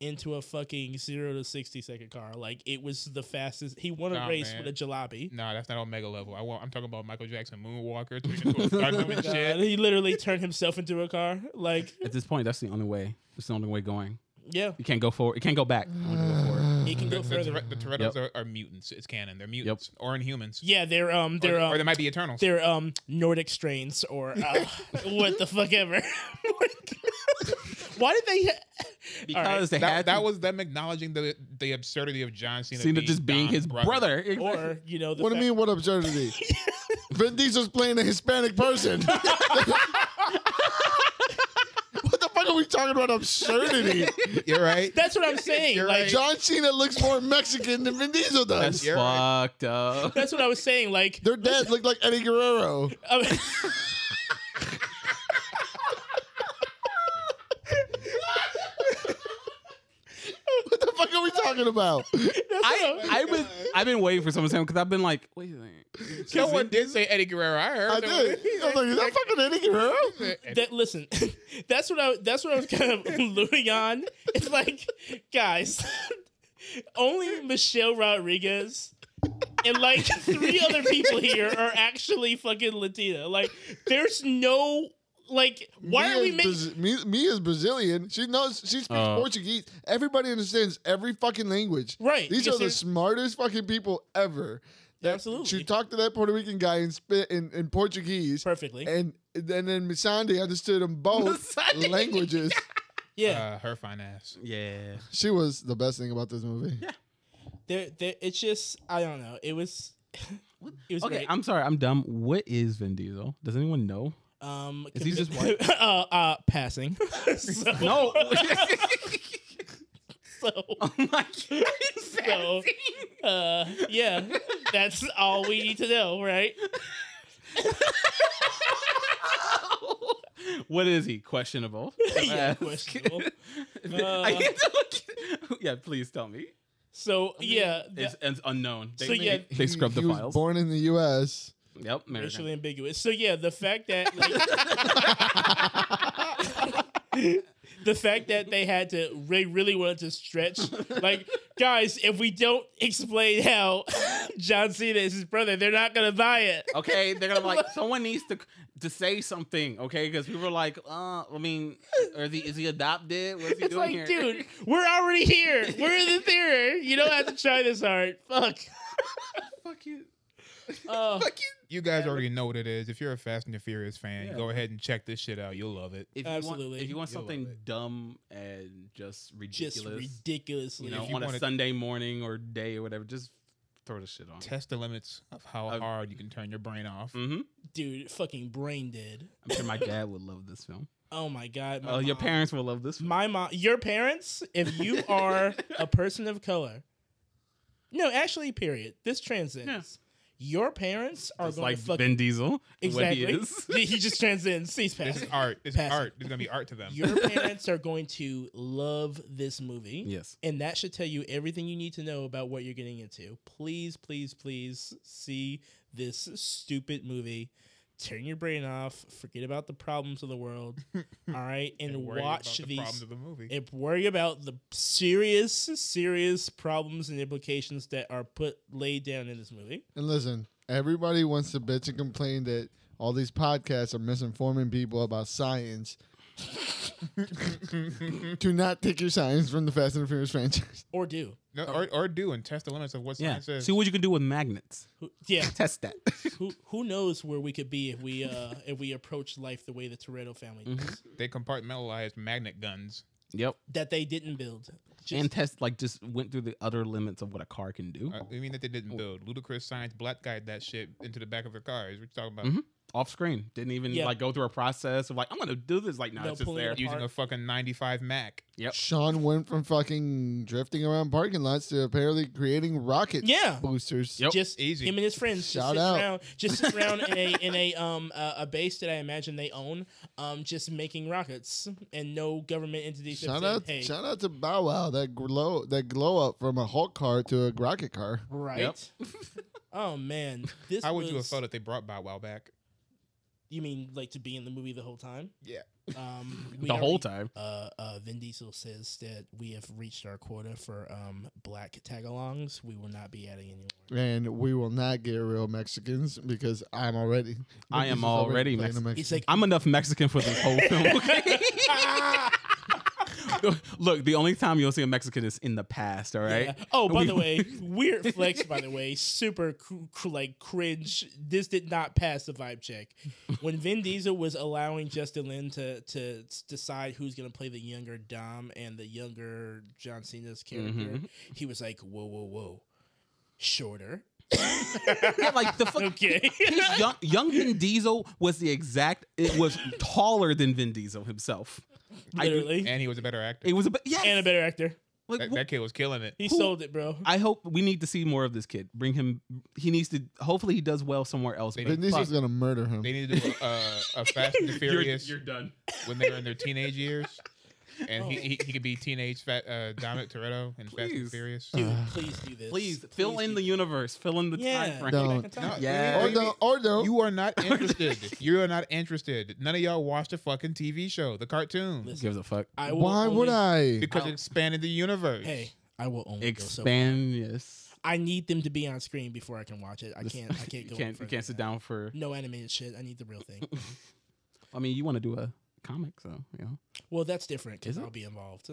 into a fucking zero to sixty second car. Like it was the fastest. He won a
Nah,
race
man.
with a jalopy.
Nah, that's not on mega level. I want, I'm talking about Michael Jackson Moonwalker, turning into a Gundam and
Oh God,
shit.
he literally turned himself into a car. Like
At this point, that's the only way. It's the only way going.
yeah,
You can't go forward. You can't go back. You wanna go forward.
he can
The,
go
the,
further.
Tourette- the Toretto's are, are mutants. It's canon. They're mutants or inhumans.
Yeah, they're um
Or,
they're um,
or they might be Eternals.
they're um Nordic strains or uh, what the fuck ever. Why did they? ha-
Because they
That,
had
that
to-
was them acknowledging the the absurdity of John Cena,
Cena just being
Dom's
his brother.
Or you know the
What do you
fact-
mean? What absurdity? Vin Diesel's playing a Hispanic person. what the fuck are we talking about absurdity?
You're right.
That's what I'm saying.
You're
like
right.
John Cena looks more Mexican than Vin Diesel does.
That's
You're right.
fucked up.
that's what I was saying. Like
Their dad looked like Eddie Guerrero.
I mean-
What the fuck are we talking about?
that's
I,
what
I was, I've been waiting for someone to say because I've been like, wait a second.
no one did say Eddie Guerrero. I heard.
I
that uh,
did. I was
one.
like, is that fucking Eddie Guerrero?
Eddie-
that listen, that's what I that's what I was kind of alluding on. It's like, guys, only Michelle Rodriguez and like three other people here are actually fucking Latina. Like, there's no like, why are we
Mia's
making?
Braz- Mi- Mia's Brazilian. She knows. She speaks
Uh.
Portuguese. Everybody understands every fucking language.
Right.
These
Yes,
are the
sir.
smartest fucking people ever. That-
Absolutely.
She talked to that Puerto Rican guy in spit in, in Portuguese,
Perfectly.
and and then Misandi understood them both
Misandi.
languages.
Yeah.
Uh, her fine ass.
Yeah.
She was the best thing about this movie.
There, there. It's just I don't know. It was. It was
Okay,
great.
I'm sorry, I'm dumb. What is Vin Diesel? Does anyone know?
um,
Is he
convi-
just white?
uh, uh, passing. So-
No.
so.
oh my god.
So, uh, yeah, that's all we need to know, right?
What is he? Questionable.
Yeah,
Ask.
questionable. Uh,
I can't tell- yeah, please tell me.
So yeah, the-
It's, it's unknown. They,
So, yeah,
they scrub
He-
the
he was
files.
born in the U.S.
Yep, American.
racially ambiguous. So yeah, the fact that like, the fact that they had to they really wanted to stretch, like guys, if we don't explain how John Cena is his brother, they're not gonna buy it.
Okay, they're gonna like someone needs to to say something, okay? Because people are like, uh, I mean, or is he, is he adopted? What's he
It's
doing
like,
here?
dude, we're already here. We're in the theater. You don't have to try this hard. Fuck.
fuck you.
Oh.
Fuck you.
You guys already know what it is. If you're a Fast and the Furious fan,
Yeah.
go ahead and check this shit out. You'll love it.
If You
Absolutely.
want, if you want
You'll love
something
it.
dumb and just ridiculous,
just ridiculously.
you know,
If you
on
wanna-
a Sunday morning or day or whatever, just throw the shit on.
Test the limits of how
Uh,
hard you can turn your brain off.
Mm-hmm.
dude, fucking brain dead.
I'm sure my dad would love this film.
Oh my god. my
Oh, your
mom-
parents will love this film.
My mom, your parents. If you are a person of color, no, actually, period. This transcends. Your parents are
Just
going
like
to fuck
Ben Diesel,
exactly.
what he is.
he, he just transcends. Cease
This
pass.
is art. This is
Pass it.
art. There's gonna be art to them.
Your parents are going to love this movie.
yes.
And that should tell you everything you need to know about what you're getting into. Please, please, please see this stupid movie. Turn your brain off. Forget about the problems of the world. All right. And,
worry
watch
about the
these.
problems of the movie.
And worry about the serious, serious problems and implications that are put laid down in this movie.
And listen, everybody wants to bitch and complain that all these podcasts are misinforming people about science. Do not take your science from the Fast and the Furious franchise.
Or do.
No, or, or do and test the limits of what
Yeah.
science is.
See what you can do with magnets.
Who, yeah.
Test that.
Who who knows where we could be if we uh if we approach life the way the Toretto family does.
Mm-hmm.
They compartmentalized magnet guns.
yep.
That they didn't build. Just
and test like just went through the utter limits of what a car can do.
I Uh, I mean that they
Oh.
didn't build. Ludicrous science black guyed that shit into the back of their cars. We're talking about
Mhm. Off screen, didn't even
Yeah.
like go through a process of like I'm gonna do this. Like no,
No,
it's just
pulling it
there.
apart.
using a fucking 95 Mac.
Yep.
Sean went from fucking drifting around parking lots to apparently creating rocket
Yeah.
boosters.
Yep.
just
Easy.
him and his friends just
Shout
sitting
out.
around, just sitting around in a in a um uh, a base that I imagine they own, um just making rockets and no government entity. steps
Shout
in.
out,
hey,
shout out to Bow Wow that glow that glow up from a Hulk car to a rocket car.
right? oh man, this
How would
was,
you have felt if they brought Bow Wow back?
You mean like to be in the movie the whole time?
Yeah.
Um, we
the whole
already-
time.
Uh, uh, Vin Diesel says that we have reached our quota for um, black tagalongs. We will not be adding any more.
And we will not get real Mexicans because I'm already.
I am
He's
already
playing a
Mexican.
It's like
I'm enough Mexican for this whole film. Okay? Look, the only time you'll see a Mexican is in the past. All right.
Yeah. Oh, by
We-
the way, weird flex. By the way, super cr- cr- like cringe. This did not pass the vibe check. When Vin Diesel was allowing Justin Lin to to s- decide who's gonna play the younger Dom and the younger John Cena's character,
Mhm.
he was like, "Whoa, whoa, whoa, shorter."
Yeah, like the fuck.
Okay.
His young, young Vin Diesel was the exact. It was taller than Vin Diesel himself. I-
Literally,
And he was a better actor.
It was a bit. Yes.
and a better actor.
Like,
That,
wh-
that kid was killing it.
He
Who-
sold it, bro.
I hope we need to see more of this kid. Bring him. He needs to. Hopefully, he does well somewhere else.
They
but
Vin Diesel's
fuck,
gonna murder him.
They need to do a, a, a Fast and the
you're-
Furious
You're, done.
when they were in their teenage years, and he,
Oh.
he, he could be teenage fat, uh, Dominic Toretto in Fast and the
Please.
Furious.
Dude,
Ah.
Uh,
please do this.
Please fill in
do
the
this.
universe. Fill in the
Yeah.
time frame.
Don't.
No,
Yeah. Oh,
Or
you-
don't. Or don't.
You are not interested. you are not interested. None of y'all watched the fucking TV show, the cartoon,
Listen,
Gives a fuck.
I will
Why would
only-
I?
because it expanded the universe.
Hey, I will only go so
Expand. Yes.
I need them to be on screen before I can watch it. I
This-
can't. I can't go.
you can't. You
further
can't sit
than
down for.
that. No animated shit. I need the real thing.
I mean, you want to do a comic, so you know,
Well, that's different because
Is it?
I'll be involved.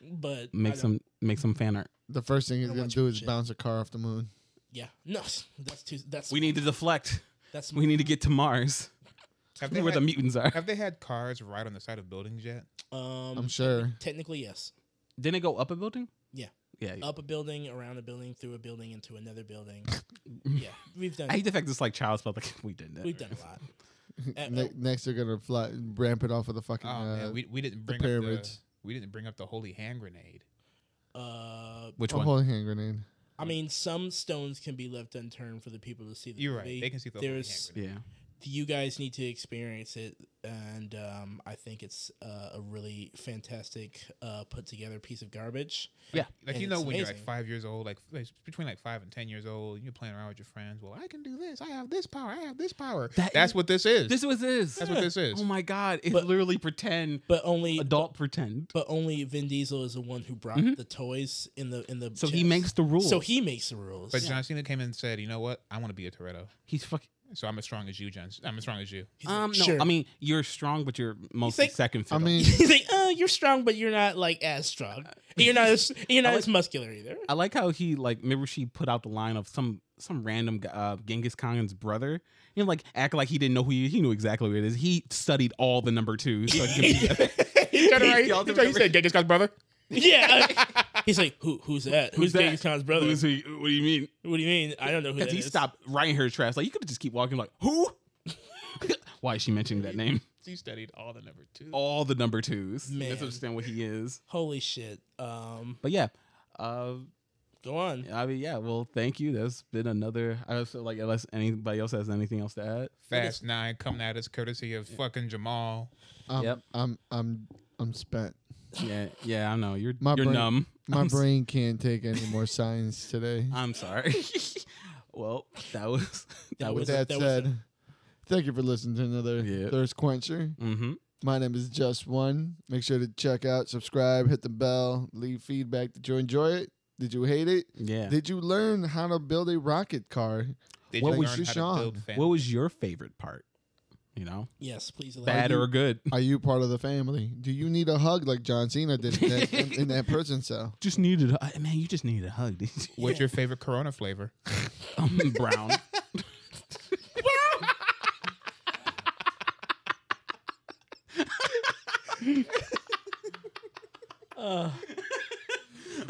But I
make
don't-
some make some fan art.
The first thing
I
he's gonna
watch
do is
shit.
bounce a car off the moon.
Yeah. No, that's too. That's
We need to deflect.
That's
We need to get to Mars,
have they,
where the
had,
mutants are.
have they had cars right on the side of buildings yet?
Um.
I'm sure.
Technically, yes.
Didn't it go up a building?
Yeah.
Yeah.
Up a building, around a building, through a building, into another building. yeah, we've done.
I hate the fact it's like child's play. Like we did that.
we've done a lot. Uh,
Ne- next, they're gonna fly, ramp it off of the
Oh
fucking. uh,
man, we, we didn't bring up the,
pyramids.
we didn't bring up the holy hand grenade.
uh,
Which
a
one?
whole hand grenade.
I mean, some stones can be left unturned for the people to see. The
You're
movie.
right. They can see the holy hand
There's
grenade.
yeah.
you guys need to experience it and um, i think it's uh, a really fantastic uh, put together piece of garbage
Like
and
you know
it's
when you're like
amazing.
five years old, like like, between like five and ten years old, you're playing around with your friends. Well, I can do this. I have this power. I have this power.
That
That's
is-
what this is.
This was this.
That's what this is.
Oh my god! It's
But-
literally pretend.
but only
Adult pretend.
but only vin diesel is the one who brought the toys in the in the
So he
chest.
makes the rules.
so he makes the rules
but John Cena came in and said, "You know what? I want to be a Toretto,
he's fucking.
so I'm as strong as you, John. C- I'm as strong as you."
He's like,
Um, no,
sure.
I mean you're strong, but you're mostly
like-
second
I
fiddle.
mean,
he's like uh, you're strong but you're not like as strong And you're not as you're not
Uh, I
as muscular either
I like how he like remember she put out the line of some some random guy, uh, Genghis Khan's brother. You know, like act like he didn't know who he, he knew exactly who it is. He studied all the number twos. So he could be-
He turned around,
He yelled at
he- he
him.
said, "Genghis Khan's brother."
yeah uh, he's like who who's that who's,
that?
Genghis Khan's brother
Who's he- what do you mean?
what do you mean i don't know who that
Because he
is.
stopped right in her trash. Like you could just keep walking. Like who? Why is she mentioning that name?
He studied all the number two.
All the number twos.
Man.
Let's understand what he is.
holy shit um
But yeah. Uh,
go on
I mean, yeah. Well, thank you. That's been another. I also like, unless anybody else has anything else to add.
Fast Nine coming at us courtesy of fucking Jamal.
I'm,
Yep.
I'm, I'm, I'm spent.
Yeah, yeah. I know you're
My
you're
brain-
numb.
My
I'm s-
brain can't take any more science today.
I'm sorry. well, that was that
That
With
was.
a-
that,
that was a-
said, thank you for listening to another
Yeah.
Thirst Quencher.
Mm-hmm.
My name is Just One. Make sure to check out, subscribe, hit the bell, leave feedback. Did you enjoy it? Did you hate it?
Yeah.
Did you learn how to build a rocket car?
Did
What
you
was
learn
your
how
Sean?
to build family?
what was your favorite part? You know,
yes please elaborate.
bad or good?
Are you part of the family? Do you need a hug like John Cena did in that, in, in that prison cell?
Just needed a, I- man. You just needed a hug. did you?
What's your favorite Corona flavor?
Um, brown.
Uh,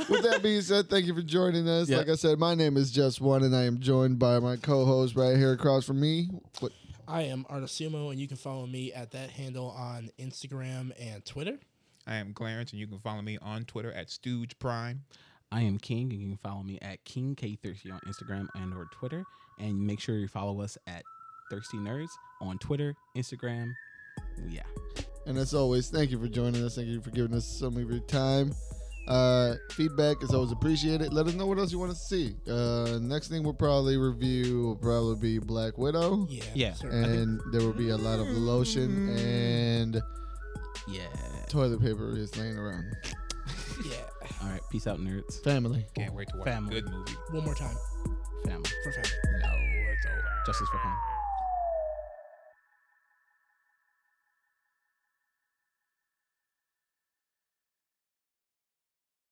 With that being said, thank you for joining us.
Yeah.
Like I said, my name is Just One, and I am joined by my co-host right here across from me. What,
I am Artasumo, and you can follow me at that handle on Instagram and Twitter.
I am Clarence, and you can follow me on Twitter at Stooge Prime.
I am King, and you can follow me at King K Thirsty on Instagram and or Twitter, and make sure you follow us at Thirsty Nerds on Twitter, Instagram. Yeah.
and as always, thank you for joining us. Thank you for giving us some of your time. Uh, feedback is always appreciated. Let us know what else you want to see. Uh, next thing we'll probably review will probably be Black Widow,
Yeah.
Oh, Yeah. Uh,
certainly.
and there will be a lot of lotion and
Yeah.
toilet paper is laying around.
yeah.
All right. Peace out, nerds.
Family.
Can't wait to watch
Family.
a good movie.
One more time
Family.
for fact.
No, it's over.
Justice for home.